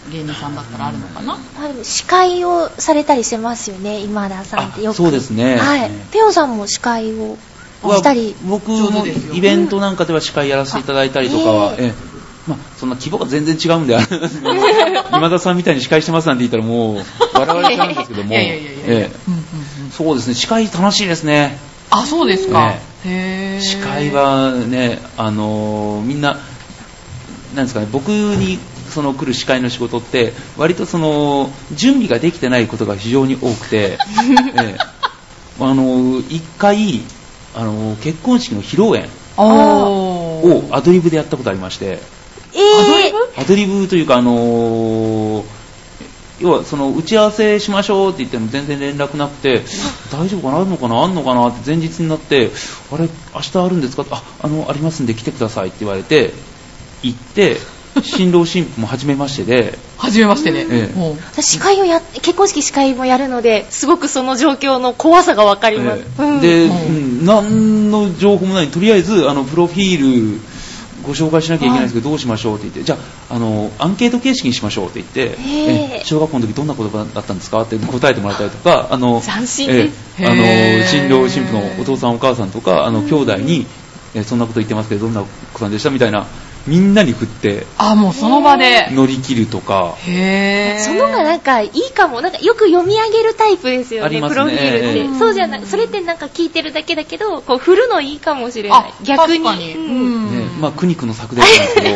Speaker 3: う
Speaker 1: 芸人さんだったらあるのかな。
Speaker 2: まあでも司会をされたりしてますよね、今田さんってよ
Speaker 3: あ
Speaker 2: く。
Speaker 3: そうですね、
Speaker 2: はい
Speaker 3: ええ。
Speaker 2: ペオさんも司会を
Speaker 3: は
Speaker 2: したり。
Speaker 3: 僕
Speaker 1: 上
Speaker 3: も
Speaker 1: 手ですよ
Speaker 3: イベントなんかでは司会やらせていただいたりとかは、
Speaker 2: うん
Speaker 3: ええまあ、そんな規模が全然違うんで、あの 今田さんみたいに司会してますなんて言ったらもう、笑われちゃうんですけど
Speaker 1: い
Speaker 3: も、
Speaker 1: やいやいやいやいや
Speaker 3: え
Speaker 1: うんうんう
Speaker 3: え
Speaker 1: ん
Speaker 3: そうですね、司会楽しいですね。
Speaker 1: あ、そうですか。へー
Speaker 3: 司会はね、あのーみんな、なんですかね、僕にその来る司会の仕事って、割とその準備ができてないことが非常に多く て、ええあのー一回、あのー結婚式の披露宴、
Speaker 1: お
Speaker 3: をアドリブでやったことありまして、
Speaker 2: え
Speaker 1: え
Speaker 3: アドリブというか、あのー要はその打ち合わせしましょうって言っても全然連絡なくて、大丈夫かな、あるのかな、あんのかなって前日になって、あれ、明日あるんですかあ、あの、ありますんで来てくださいって言われて、行って、新郎新婦も初めましてで、
Speaker 1: 初めましてね。
Speaker 3: ええ
Speaker 1: もう
Speaker 2: 私司会をやっ結婚式司会もやるのですごくその状況の怖さがわかります、
Speaker 3: え
Speaker 2: うん、
Speaker 3: で、
Speaker 1: うん
Speaker 3: うん何の情報もないとりあえずあのプロフィールご紹介しなきゃいけないんですけど、どうしましょうって言ってじゃああのアンケート形式にしましょうって言って
Speaker 2: へー
Speaker 3: え小学校の時どんな言葉だったんですかって答えてもらったりとかあの
Speaker 2: 斬新です
Speaker 3: ええあ
Speaker 1: へー
Speaker 3: の新郎新婦のお父さんお母さんとかあの兄弟にえーそんなこと言ってますけどどんな子さんでしたみたいなみんなに振って
Speaker 1: あ、もうその場で。
Speaker 3: 乗り切るとか
Speaker 1: へぇー。
Speaker 2: そのがなんかいいかもなんかよく読み上げるタイプですよ
Speaker 3: あ
Speaker 2: ね
Speaker 3: ります
Speaker 2: プ
Speaker 3: ね
Speaker 2: ロフィールって、
Speaker 3: ええ
Speaker 2: そうじゃなくそれってなんか聞いてるだけだけどこう振るのいいかもしれない
Speaker 1: あ、
Speaker 2: 逆に
Speaker 1: 確かに。
Speaker 2: うん
Speaker 3: ねまあ苦肉の策でっ たんですけど、え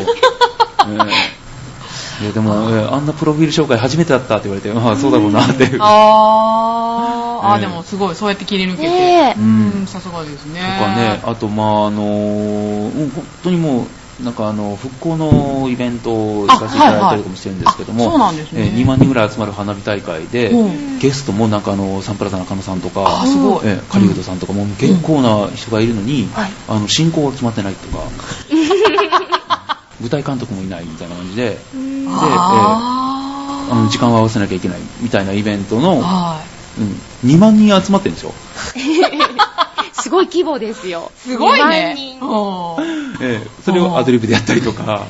Speaker 3: えいやでも、ええあんなプロフィール紹介初めてだったって言われて、まあそうだろうなっていう。と
Speaker 1: あー、あー、
Speaker 3: ええ
Speaker 1: でもすごい、そうやって切り抜けて。
Speaker 2: ねえ
Speaker 1: うん、さすがですね。
Speaker 3: かね、あとまああのうん本当にもう、なんかあの、復興のイベントをさせていただいたりとかもしてるんですけども、
Speaker 1: あはいはいあそうなんですね
Speaker 3: ええ2万人ぐらい集まる花火大会で、
Speaker 1: うん
Speaker 3: ゲストもなんかあの、サンプラザ中野さんとか、
Speaker 1: あすごい
Speaker 3: ええ狩人さんとかも結構な人がいるのに、あの、進行が決まってないとか、舞台監督もいないみたいな感 じで、で、
Speaker 1: あ
Speaker 3: あの時間を合わせなきゃいけないみたいなイベントの
Speaker 1: ー。、はい。
Speaker 3: うん、2万人集まってるんですよ。
Speaker 2: すごい規模ですよ
Speaker 1: すごいね
Speaker 2: 2。万人
Speaker 1: うん
Speaker 3: ええそれをアドリブでやったりとか、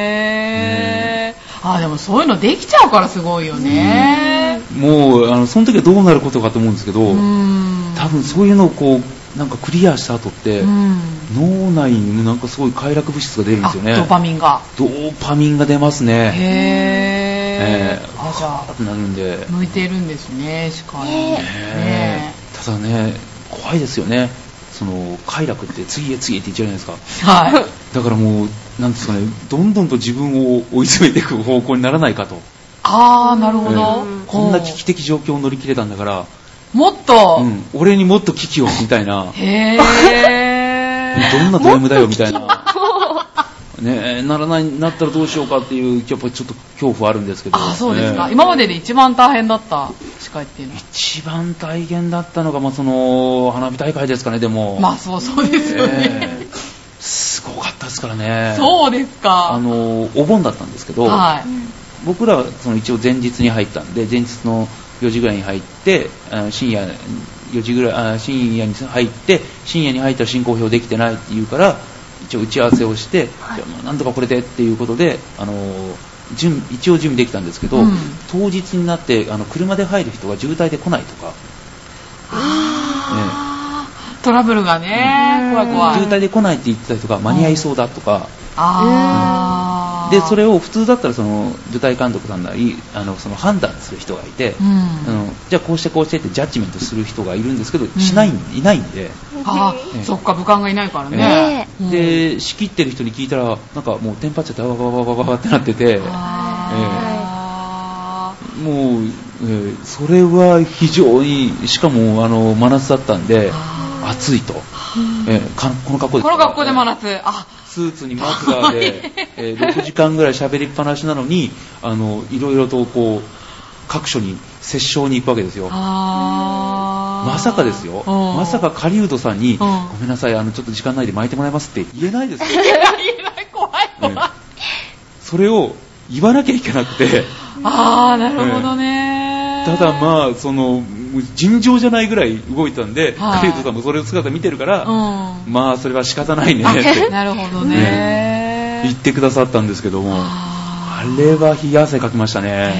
Speaker 1: へぇー。あー、でもそういうのできちゃうからすごいよね。
Speaker 3: もう、あのその時はどうなることかと思うんですけど、
Speaker 1: うん。
Speaker 3: 多分そういうのをこう、なんかクリアした後って、
Speaker 1: うん。
Speaker 3: 脳内になんかすごい快楽物質が出るんですよね。
Speaker 1: あドーパミンが。
Speaker 3: ドーパミンが出ますね。
Speaker 1: へ
Speaker 3: ええ
Speaker 1: ぇー。あ、じゃあ、
Speaker 3: なるんで、
Speaker 1: 向いてるんですね、司会に。
Speaker 3: え
Speaker 1: ね
Speaker 3: えただね、怖いですよね。その快楽って次へ次へって言っちゃうじゃないですか。
Speaker 1: え はい。
Speaker 3: だからもう、なんですかね、どんどんと自分を追い詰めていく方向にならないかと。
Speaker 1: あー、なるほど
Speaker 3: うん。
Speaker 1: ほう
Speaker 3: こんな危機的状況を乗り切れたんだから、
Speaker 1: もっと、
Speaker 3: うん、俺にもっと危機をみたいな、
Speaker 1: へ
Speaker 3: どん
Speaker 1: ぇー。
Speaker 3: なド M だよみたいな、ねえ、ならない、なったらどうしようかっていう、やっぱりちょっと恐怖はあるんですけど、
Speaker 1: あ、そうですか。
Speaker 3: ねえ
Speaker 1: 今までで一番大変だった司会っていうのは。
Speaker 3: 一番大変だったのが、まあ、その花火大会ですかね、でも、
Speaker 1: まあ、そう、そうですよね。
Speaker 3: ええすごかったですからね。
Speaker 1: そうです
Speaker 3: あ
Speaker 1: か。
Speaker 3: のお盆だったんですけど、
Speaker 1: はい。
Speaker 3: 僕らはその一応前日に入ったんで前日の4時ぐらいに入ってあの深夜4時ぐらいあ深夜に入って深夜に入ったら進行表できてないって言うから一応打ち合わせをして、じゃあまあなんとかこれでっていうことであの準一応準備できたんですけど、
Speaker 1: うん
Speaker 3: 当日になってあの車で入る人が渋滞で来ないとか、ええ
Speaker 1: トラブルがね、怖い怖
Speaker 3: 渋
Speaker 1: い。
Speaker 3: 滞で来ないって言ってた人が間に合いそうだとか。
Speaker 1: あー。
Speaker 3: でそれを普通だったらその舞台監督さんなりあのその判断する人がいて、
Speaker 1: うん
Speaker 3: あのじゃあこうしてこうしてってジャッジメントする人がいるんですけど、
Speaker 1: ん
Speaker 3: しないいないんで,、
Speaker 1: あ
Speaker 3: ええ
Speaker 1: ー、そっか、武漢がいないからね
Speaker 2: ね。
Speaker 1: うん、
Speaker 3: で仕切ってる人に聞いたらなんかもうテンパっちゃってわわわわわわわってなってて
Speaker 1: あー
Speaker 3: もう、えーそれは非常にしかもあの真夏だったんで
Speaker 1: あ
Speaker 3: 暑いと、えーかこの格好で
Speaker 1: この学校で真夏。あ、
Speaker 3: スーツにマフラーで、えー6時間ぐらい喋りっぱなしなのに、あの、いろいろとこう、各所に接触に行くわけですよ。
Speaker 1: あー
Speaker 3: まさかですよ。
Speaker 1: うん
Speaker 3: まさか狩人さんに、
Speaker 1: ん
Speaker 3: ごめんなさい、あの、ちょっと時間ないで巻いてもらえますって言えないですよ。
Speaker 1: いや言えない、怖い、怖い。
Speaker 3: ねそれを言わなきゃいけなく て、
Speaker 1: あー、なるほどね。
Speaker 3: ただまあ、その、もう尋常じゃないぐらい動いてたんで、
Speaker 1: はい
Speaker 3: 狩人さんもそれを姿見てるから、
Speaker 1: あ、うん。
Speaker 3: まあ、それは仕方ないねって
Speaker 1: なるほどね。
Speaker 3: 言ってくださったんですけども、あ
Speaker 1: あ
Speaker 3: れは冷や汗かきました
Speaker 1: ー
Speaker 3: ね。
Speaker 1: へ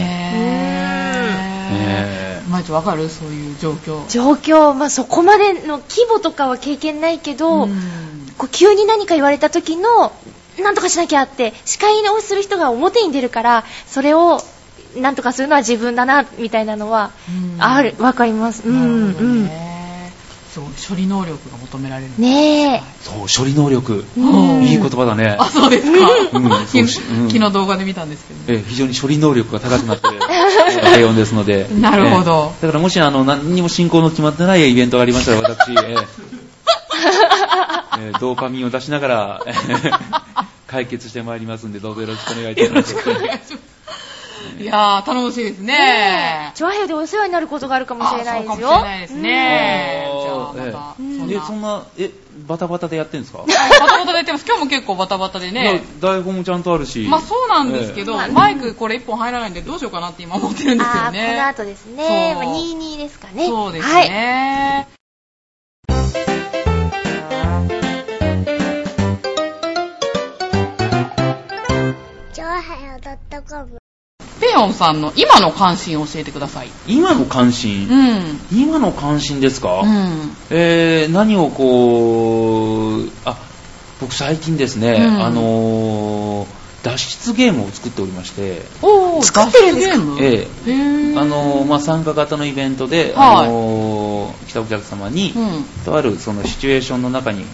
Speaker 3: え
Speaker 1: ー。まいちわかるそういう状況。
Speaker 2: 状況、まあ、そこまでの規模とかは経験ないけど、
Speaker 1: うん
Speaker 2: こう急に何か言われた時のなんとかしなきゃって司会をする人が表に出るからそれをなんとかするのは自分だなみたいなのは
Speaker 1: うん
Speaker 2: あるわかりますう
Speaker 1: なる
Speaker 2: ん
Speaker 1: ほど
Speaker 2: うん
Speaker 1: ね。そう、処理能力が求められる。
Speaker 2: ねえ
Speaker 3: そう、処理能力。
Speaker 1: うん
Speaker 3: いい言葉だね
Speaker 1: あ、。そうですか。
Speaker 3: うんそう
Speaker 1: 昨日
Speaker 3: しうん
Speaker 1: 昨日動画で見たんですけどね。
Speaker 3: え非常に処理能力が高くなって るライオンですので。
Speaker 1: なるほど
Speaker 3: ええだからもし、あの、何にも進行の決まってないイベントがありましたら、私、ええええドーパミンを出しながら、ええ解決してまいりますんで、どうぞよろしくお願いいたします。
Speaker 1: いやー、楽しいですね。
Speaker 2: チョアヘヨでお世話になることがあるかもしれないです
Speaker 1: あそうかもし
Speaker 2: よ
Speaker 1: れないですね。じゃあ、また、
Speaker 3: ええ
Speaker 1: そん
Speaker 3: え
Speaker 1: な。
Speaker 3: そんな、え、バタバタでやってんですか
Speaker 1: バタバタでやってます。今日も結構バタバタで
Speaker 3: いや
Speaker 1: ね。
Speaker 3: 台本もちゃんとあるし。
Speaker 1: まあそうなんですけど、
Speaker 3: ええ
Speaker 1: マイクこれ1本入らないんでどうしようかなって今思ってるんです
Speaker 2: あ
Speaker 1: よ
Speaker 2: あ
Speaker 1: ね。
Speaker 2: この後ですね、
Speaker 1: そう
Speaker 2: まあ、22ですかね
Speaker 1: そうです
Speaker 2: はい、
Speaker 1: ね。
Speaker 6: 超はよ .com
Speaker 1: ペペヨンさんの今の関心を教えてください。
Speaker 3: 今の関心、
Speaker 1: うん。
Speaker 3: 今の関心ですか、
Speaker 1: うん。
Speaker 3: えー何をこうあ僕最近ですね、
Speaker 1: うん
Speaker 3: あのー脱出ゲームを作っておりまして、
Speaker 1: おー、
Speaker 2: 作ってるんです
Speaker 1: 脱出ゲ
Speaker 2: か
Speaker 1: ーム
Speaker 3: ええ
Speaker 1: へー。
Speaker 3: あのーまあ、参加型のイベントで、
Speaker 1: はい
Speaker 3: あのー来たお客様に、
Speaker 1: うん。
Speaker 3: とあるそのシチュエーションの中に、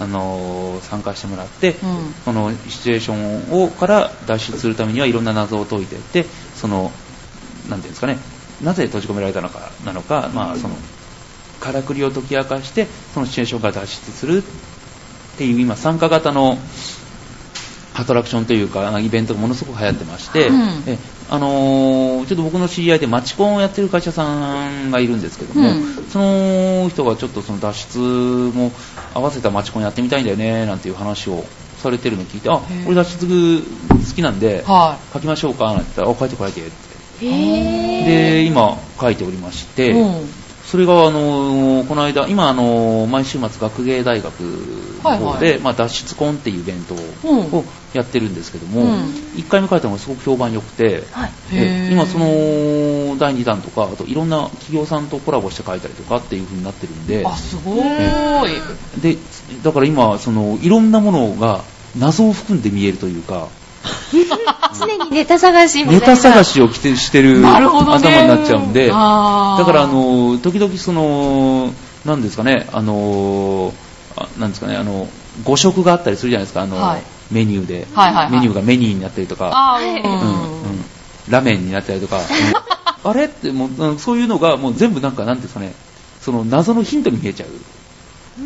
Speaker 3: あのー参加してもらっ
Speaker 1: う
Speaker 3: て、
Speaker 1: ん。
Speaker 3: そのシチュエーションをから脱出するためにはいろんな謎を解いていってそのなんていうんですかねなぜ閉じ込められたのかなのか、まあ、そのからくりを解き明かしてそのシチュエーションから脱出するっていう今参加型のアトラクションというかイベントがものすごく流行ってまして、
Speaker 1: うん
Speaker 3: えあのーちょっと僕の知り合いでマチコンをやってる会社さんがいるんですけども、
Speaker 1: うん
Speaker 3: その人がちょっとその脱出も合わせたマチコンやってみたいんだよねなんていう話をされてるのを聞いてあ
Speaker 1: へえ
Speaker 3: 俺脱出好きなんで
Speaker 1: は
Speaker 3: 書きましょうかなんて言ったらあ書いて書いてって
Speaker 2: へ
Speaker 3: で今書いておりまして、
Speaker 1: い。うん。
Speaker 3: それが、あのーこの間、今、あのー毎週末、学芸大学の方で、
Speaker 1: は
Speaker 3: まあ、脱出コンっていうイベント
Speaker 1: うん
Speaker 3: をやってるんですけども、
Speaker 1: うん
Speaker 3: 1回目書いたのがすごく評判良くて、
Speaker 2: はい。
Speaker 3: え
Speaker 1: へー
Speaker 3: 今、その第2弾とか、あといろんな企業さんとコラボして書いたりとかっていう風になってるんで
Speaker 1: あ、、すごーい。
Speaker 3: でだから今、そのいろんなものが謎を含んで見えるというか、
Speaker 2: 常にネタ探しみたい
Speaker 3: ネ
Speaker 2: な。
Speaker 3: タ探しをきてしてる
Speaker 1: なるほ
Speaker 3: 頭
Speaker 1: ど
Speaker 3: に
Speaker 1: ね。
Speaker 3: なっちゃうんで。
Speaker 1: あー
Speaker 3: だから、あ、の時々その、なんですかね、あのあなんですかね、あの誤食があったりするじゃないですか、あの
Speaker 1: はい
Speaker 3: メニューで、
Speaker 1: はいはいはい
Speaker 3: メニューがメニューになったりとか、
Speaker 1: あ
Speaker 3: うん
Speaker 1: ー、
Speaker 3: うんラーメンになった りとか、あれってもううんそういうのがもう全部なんかなんていうんですかね、その謎のヒントに見えちゃう。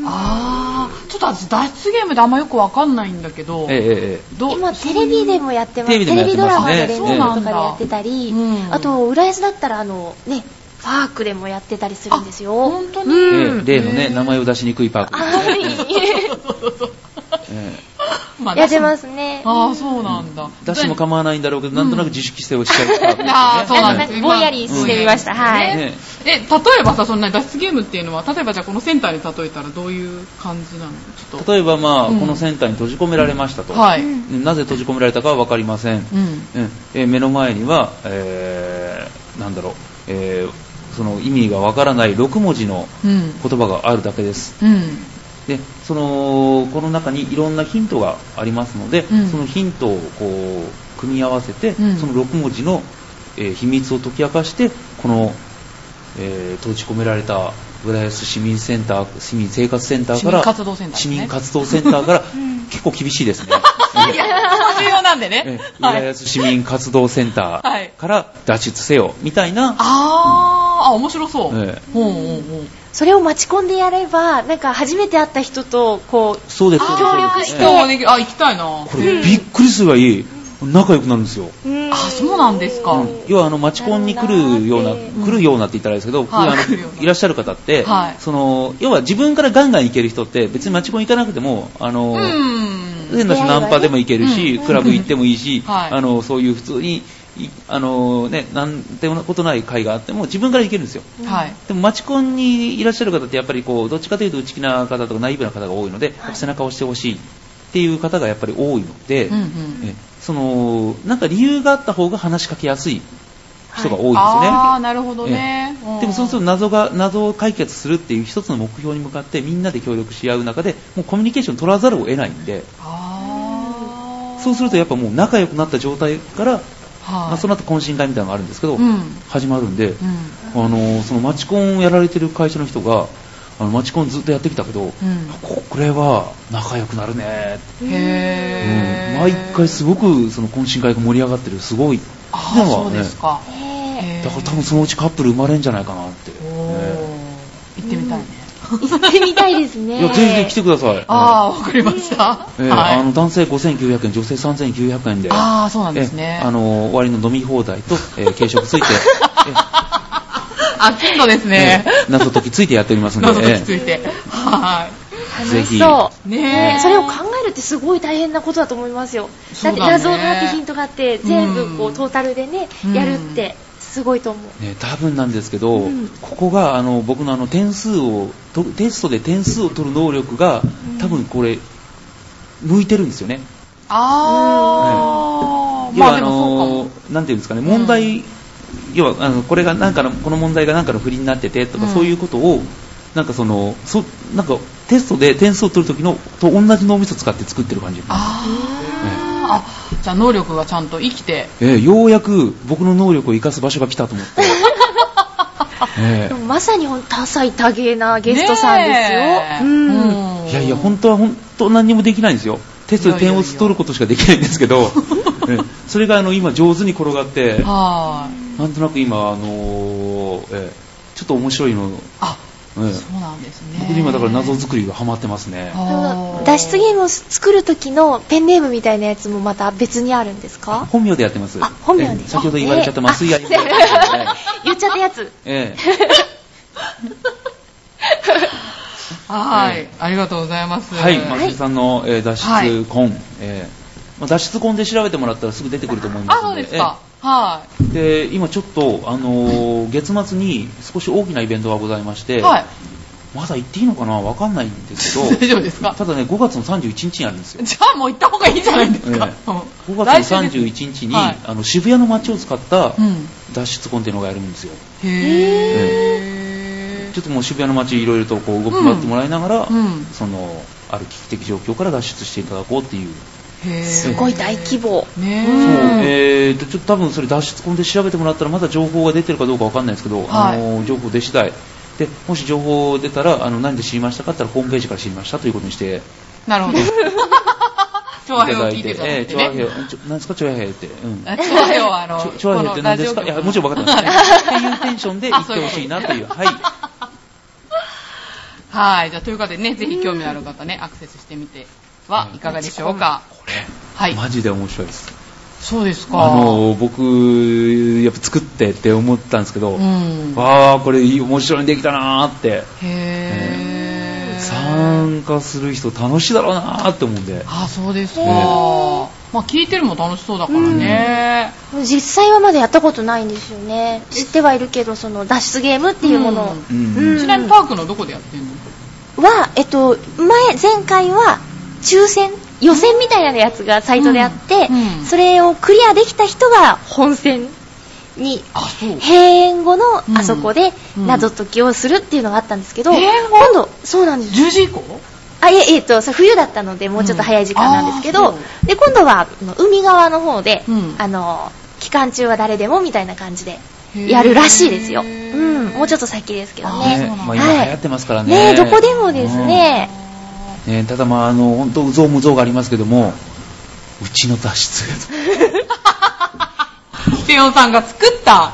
Speaker 1: あー、ちょっと私、脱出ゲームであんまよくわかんないんだけど、
Speaker 3: ええええ
Speaker 1: ど
Speaker 2: 今テレビでもやってます。
Speaker 3: テ
Speaker 2: テ
Speaker 3: レ
Speaker 2: レ
Speaker 3: ビでもやって
Speaker 2: ビドラ
Speaker 3: ます
Speaker 2: マで連続と
Speaker 3: ね
Speaker 2: かでやってたり、
Speaker 1: そうなんだうん
Speaker 2: あと浦安だったらあのねパークでもやってたりするんですよ。
Speaker 1: あ本当に
Speaker 3: ええ
Speaker 2: うん。
Speaker 3: 例のね、名前を出しにくいパークですね。ええ
Speaker 1: まあ
Speaker 2: やってますね。
Speaker 1: ああ、そうなんだ。
Speaker 3: 出しても構わないんだろうけど、なんとなく自主規制をしちゃうパークです ね。
Speaker 1: あーそうなんです
Speaker 2: なんかぼんやりしてみました。はい。
Speaker 3: ね
Speaker 1: え、例えばさ、そんな脱出ゲームっていうのは、例えばじゃあこのセンターに例えたらどういう感じなのちょっと。
Speaker 3: 例えば、まあ
Speaker 1: うん
Speaker 3: このセンターに閉じ込められましたと、
Speaker 1: はい。
Speaker 2: うん
Speaker 3: なぜ閉じ込められたかは分かりません、
Speaker 1: うん。
Speaker 3: うんえー目の前には、えーなんだろう、えーその意味が分からない6文字の
Speaker 1: うん。
Speaker 3: 言葉があるだけです
Speaker 1: うん。
Speaker 3: でそのこの中にいろんなヒントがありますので、
Speaker 1: うん
Speaker 3: そのヒントをこう組み合わせて、
Speaker 1: うん
Speaker 3: その6文字の、えー秘密を解き明かしてこの、えー閉じ込められた浦安市民センター市民生活センターから
Speaker 1: 市民活動センターです
Speaker 3: 市
Speaker 1: ね
Speaker 3: 民活動センターから結構厳しいですね。
Speaker 1: いや、ここ重要なんで
Speaker 3: え
Speaker 1: ね。は
Speaker 3: 浦
Speaker 1: い。
Speaker 3: 安市民活動センタ
Speaker 1: はい
Speaker 3: ーから脱出せよみたいな、
Speaker 1: あー、あ、面白そう。
Speaker 3: ええ
Speaker 1: ほうほうほう。
Speaker 2: それを待ち込んでやれば、なんか初めて会った人と、こう、
Speaker 3: そうです、そうです
Speaker 2: 協力
Speaker 3: そう
Speaker 2: し
Speaker 3: です
Speaker 2: て
Speaker 1: 今日もできる、あ、行きたいな。
Speaker 3: これびっくりするがいい、仲良くなるんですよ。
Speaker 2: うん
Speaker 1: あ、そうなんですか。
Speaker 3: うん要はあの町コンに来るような、
Speaker 2: うん
Speaker 3: 来るようなって言ったらあれですけど、
Speaker 1: はい
Speaker 3: あの
Speaker 1: 来るようない
Speaker 3: らっしゃる方って、
Speaker 1: はい
Speaker 3: その要は自分からガンガン行ける人って別に町コン行かなくてもあの、
Speaker 1: うん。
Speaker 3: 変な話
Speaker 2: 出会いはね
Speaker 3: ナンパでも行けるし、
Speaker 1: うん
Speaker 3: クラブ行ってもいいし、
Speaker 1: はい
Speaker 3: あのそういう普通にいあの、ね、なんてことない会があっても自分から行けるんですよ。
Speaker 1: はい。
Speaker 3: でも、マチコンにいらっしゃる方って、やっぱりこう、どっちかというと内気な方とかナイーブな方が多いので、背中を押してほしいっていう方がやっぱり多いので、
Speaker 1: うんう
Speaker 3: え
Speaker 1: ん。
Speaker 3: その、なんか理由があった方が話しかけやすい人が多いですよね。
Speaker 1: あー、なるほどね。ん
Speaker 3: でもそうすると謎が謎を解決するっていう一つの目標に向かってみんなで協力し合う中でもうコミュニケーション取らざるを得ないんで
Speaker 1: あー。
Speaker 3: そうするとやっぱもう仲良くなった状態から、ま
Speaker 1: は
Speaker 3: あ
Speaker 1: い。
Speaker 3: その後懇親会みたいなのがあるんですけど、
Speaker 1: うん。
Speaker 3: 始まるんで、
Speaker 1: うん。
Speaker 3: あのそのマチコンをやられてる会社の人があのマチコンずっとやってきたけど、
Speaker 1: ん
Speaker 3: ここれは仲良くなるね、
Speaker 1: へー
Speaker 3: うん毎回すごくその懇親会が盛り上がってるすごい
Speaker 1: あ
Speaker 3: な
Speaker 1: あ、
Speaker 3: んかね
Speaker 1: そうですか。
Speaker 2: ね
Speaker 1: へー
Speaker 3: だから多分そのうちカップル生まれるんじゃないかなって、
Speaker 1: お
Speaker 3: ね
Speaker 1: ー行ってみたいね。
Speaker 2: 行ってみたいですね。
Speaker 3: いやぜひぜひ来てください、
Speaker 1: ああ、わかりました。
Speaker 3: ええあ
Speaker 1: はい
Speaker 3: の男性5900円女性3900円で
Speaker 1: ああ、そうなんですね
Speaker 3: え。えあの終わりの飲み放題と、えー軽食つい て、
Speaker 1: あ、金度です
Speaker 3: え
Speaker 1: ね。
Speaker 3: え謎解きついてやっておりますの
Speaker 1: 謎
Speaker 3: で、
Speaker 1: 解きついて。は
Speaker 3: ぜ
Speaker 2: 楽
Speaker 3: ひ
Speaker 2: しそ
Speaker 1: い。
Speaker 2: う。
Speaker 1: ね
Speaker 2: ね
Speaker 1: え。
Speaker 2: それを考えるってすごい大変なことだと思いますよ。
Speaker 1: そ
Speaker 2: だっ
Speaker 1: う
Speaker 2: て
Speaker 1: だね
Speaker 2: 謎があってヒントがあって、全部こ
Speaker 1: う
Speaker 2: うんトータルでね
Speaker 1: う、ん
Speaker 2: やるってすごいと思う。
Speaker 3: ね、多分なんですけど、
Speaker 2: うん
Speaker 3: ここがあの僕のあの点数をとテストで点数を取る能力が多分これ向いてるんですよね、
Speaker 1: ああ、
Speaker 3: 要
Speaker 1: ま
Speaker 3: は
Speaker 1: あ
Speaker 3: あ
Speaker 1: でもそうか
Speaker 3: の
Speaker 1: も。
Speaker 3: なんていうんですかね問題、要はあのこれがなんかのこの問題がなんかの不倫になっててとか、
Speaker 1: うん
Speaker 3: そういうことをなんかそのそなんかテストで点数を取る時のと同じ脳みそ使って作ってる感じ。
Speaker 1: あーあ、じゃあ能力がちゃんと生きて。
Speaker 3: ええようやく僕の能力を生かす場所が来たと思 って。え
Speaker 2: でもまさにほん多才多芸なゲストさんですよ。
Speaker 1: ねえ
Speaker 2: うん。
Speaker 3: えいやいや本当は本当何にもできないんですよ。テストで点を取ることしかできないんですけど、ええそれがあの今上手に転がって、
Speaker 1: はーい。
Speaker 3: なんとなく今、あのーええちょっと面白いの、
Speaker 1: あ、
Speaker 3: ええ
Speaker 1: そうなんですね。
Speaker 3: 僕今だから謎作りがハマってますね。
Speaker 1: あー
Speaker 2: 脱出ゲームを作る時のペンネームみたいなやつもまた別にあるんですか
Speaker 3: 本名でやってます。
Speaker 2: あ本名で
Speaker 3: ええ先ほど言われちゃった麻酔やります。
Speaker 2: 言っちゃったやつ。
Speaker 3: ええ
Speaker 1: はい、ありがとうございます。
Speaker 3: はい、
Speaker 1: あ、
Speaker 3: 松井さんの、えー脱出婚、えーまあ脱出婚で調べてもらったらすぐ出てくると思います
Speaker 1: そ
Speaker 3: の
Speaker 1: う
Speaker 3: で
Speaker 1: ですか。は
Speaker 3: えーで今ちょっと、あのー月末に少し大きなイベントがございまして、
Speaker 1: い。はい。
Speaker 3: まだ行っていいのかなわかんないんです
Speaker 1: 大
Speaker 3: けど
Speaker 1: 丈夫ですか
Speaker 3: ただね5月の31日にあるんですよ
Speaker 1: じゃあもう行った方がいいんじゃないですか。
Speaker 3: ええ
Speaker 1: うん
Speaker 3: 5月
Speaker 1: 来週
Speaker 3: の
Speaker 1: です
Speaker 3: 31日に、
Speaker 1: はい
Speaker 3: あの渋谷の街を使った
Speaker 1: うん。
Speaker 3: 脱出コンテのがやるんですよ、
Speaker 1: へぇ
Speaker 3: ちょっともう渋谷の街いろいろとこう動き回ってもらいながら、
Speaker 1: ー。うん。
Speaker 3: そのある危機的状況から脱出していただこうっていう、
Speaker 1: へぇ
Speaker 2: すごい大規模。
Speaker 1: ね
Speaker 3: そう
Speaker 1: え。
Speaker 3: えーとちょっと多分それ脱出コンで調べてもらったらまだ情報が出てるかどうかわかんないですけど、
Speaker 1: はい
Speaker 3: あの情報出次第でもし情報出たらあの何で知りましたかって言ったらホームページから知りましたということにしてい
Speaker 1: なるほど。調和
Speaker 3: た
Speaker 1: 表
Speaker 3: だ
Speaker 1: を
Speaker 3: い
Speaker 1: 聞い
Speaker 3: て
Speaker 1: ていただいて
Speaker 3: ええ
Speaker 1: ね。
Speaker 3: 調和兵ちょ何ですか調和兵って、うん、
Speaker 1: え調和表はあの、。
Speaker 3: ちょちょわへって何ですかいや、もちろん分かってます す。っていうテンションで言ってほしいなという。はい。
Speaker 1: はい、じゃあということでね、ぜひ興味のある方ね、アクセスしてみてはいかがでしょうか。
Speaker 3: こ
Speaker 1: は
Speaker 3: れ、
Speaker 1: い。
Speaker 3: マジで面白いです。
Speaker 1: そうですか。
Speaker 3: あの、僕、やっぱ作ってって思ったんですけど
Speaker 1: う、ん。
Speaker 3: わあこれいい面白いにできたなーって、
Speaker 1: へぇー。
Speaker 3: 参加する人楽しいだろうなーって思うんで、
Speaker 1: あ、そうですか。
Speaker 3: ね
Speaker 1: まあ、聞いてるも楽しそうだからね。
Speaker 2: 実際はまだやったことないんですよね。知ってはいるけど、その脱出ゲームっていうものう
Speaker 3: う
Speaker 2: ん
Speaker 3: ん。
Speaker 1: ちなみにパークのどこでやってんの
Speaker 2: は、えっと、前、前回は抽選、予選みたいなやつがサイトであって、
Speaker 1: うんうん
Speaker 2: それをクリアできた人が本戦に、
Speaker 1: あ、そう。
Speaker 2: 閉園後の
Speaker 1: うん
Speaker 2: あそこで
Speaker 1: うん
Speaker 2: 謎解きをするっていうのがあったんですけど、
Speaker 1: 閉園後
Speaker 2: 今度、そうなんです。
Speaker 1: 10時以降
Speaker 2: あ、いえ、えっと、さ冬だったので、もうちょっと早い時間なんですけ
Speaker 1: う
Speaker 2: ど、
Speaker 1: んあー
Speaker 2: で、今度は、あの海側の方で、
Speaker 1: うん
Speaker 2: あの、期間中は誰でもみたいな感じでやるらしいですよ。う
Speaker 1: へー
Speaker 2: ん、もうちょっと先ですけど
Speaker 1: あそ
Speaker 2: ね。
Speaker 1: う
Speaker 3: ね、
Speaker 1: なんだ
Speaker 3: まあ今流行ってますから
Speaker 2: ね
Speaker 3: ね。
Speaker 2: どこでもですね。
Speaker 3: うん。ねただまああの、本当うぞうむぞうがありますけども、うちの脱出が。
Speaker 1: ペヨンさんが作った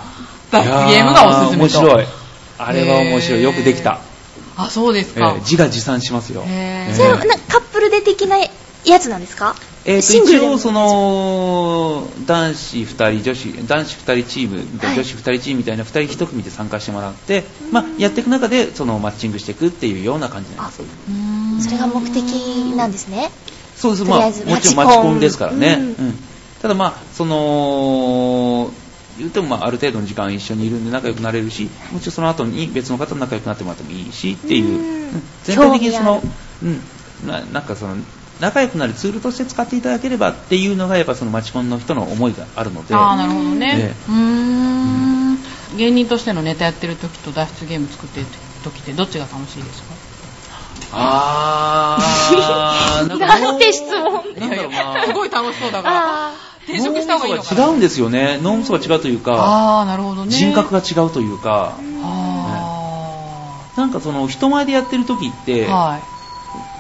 Speaker 1: 脱出ゲームがおすすめと。
Speaker 3: いやー面白い。あれは面白
Speaker 1: へ
Speaker 3: い。
Speaker 1: ー
Speaker 3: よくできた。
Speaker 1: あ、そうです
Speaker 3: え
Speaker 1: か
Speaker 3: ー。自画自賛しますよ。
Speaker 1: へー
Speaker 2: それは
Speaker 3: えー
Speaker 2: なカップルで的なやつなんですか
Speaker 3: えー
Speaker 2: シン
Speaker 3: と
Speaker 2: グル
Speaker 3: 一
Speaker 2: でも
Speaker 3: 応、その男子2人、女子男子2人チーム、
Speaker 2: はい
Speaker 3: 女子2人チームみたいな2人1組で参加してもらって、まあ、やっていく中でそのマッチングしていくっていうような感じなんですよ
Speaker 2: それが目的なんですね。
Speaker 3: そうで
Speaker 2: と
Speaker 3: す、
Speaker 2: り
Speaker 3: ま
Speaker 2: あ
Speaker 3: あ、
Speaker 2: えず
Speaker 3: もちろん
Speaker 2: マ
Speaker 3: マ
Speaker 2: チ
Speaker 3: チ
Speaker 2: コン
Speaker 3: コンですからね、
Speaker 2: うん
Speaker 3: うんただ、まあその言ってもまあある程度の時間一緒にいるんで仲良くなれるし、もちろんその後に別の方と仲良くなってもらってもいいしっていう、
Speaker 2: うん
Speaker 3: うん全体的にそ
Speaker 2: 興
Speaker 3: の
Speaker 2: 味、
Speaker 3: うんななんかその仲良くなるツールとして使っていただければっていうのが、やっぱそのマチコンの人の思いがあるので。
Speaker 1: あーなるほどね
Speaker 3: ね。
Speaker 1: うーん。芸人としてのネタやってる時と脱出ゲーム作ってる時ってどっちが楽しいですか
Speaker 3: あー、なんか
Speaker 2: なんて質問
Speaker 3: なんだろう
Speaker 1: すご
Speaker 3: な。
Speaker 1: い楽しそうだから。
Speaker 2: あ
Speaker 1: 転職した方がいいのかな
Speaker 3: 脳みそが違うんですよね。脳みそが違うというか、
Speaker 1: あー、なるほどね。
Speaker 3: 人格が違うというか、
Speaker 1: あ
Speaker 3: なんかその人前でやってる時って、
Speaker 1: ー。は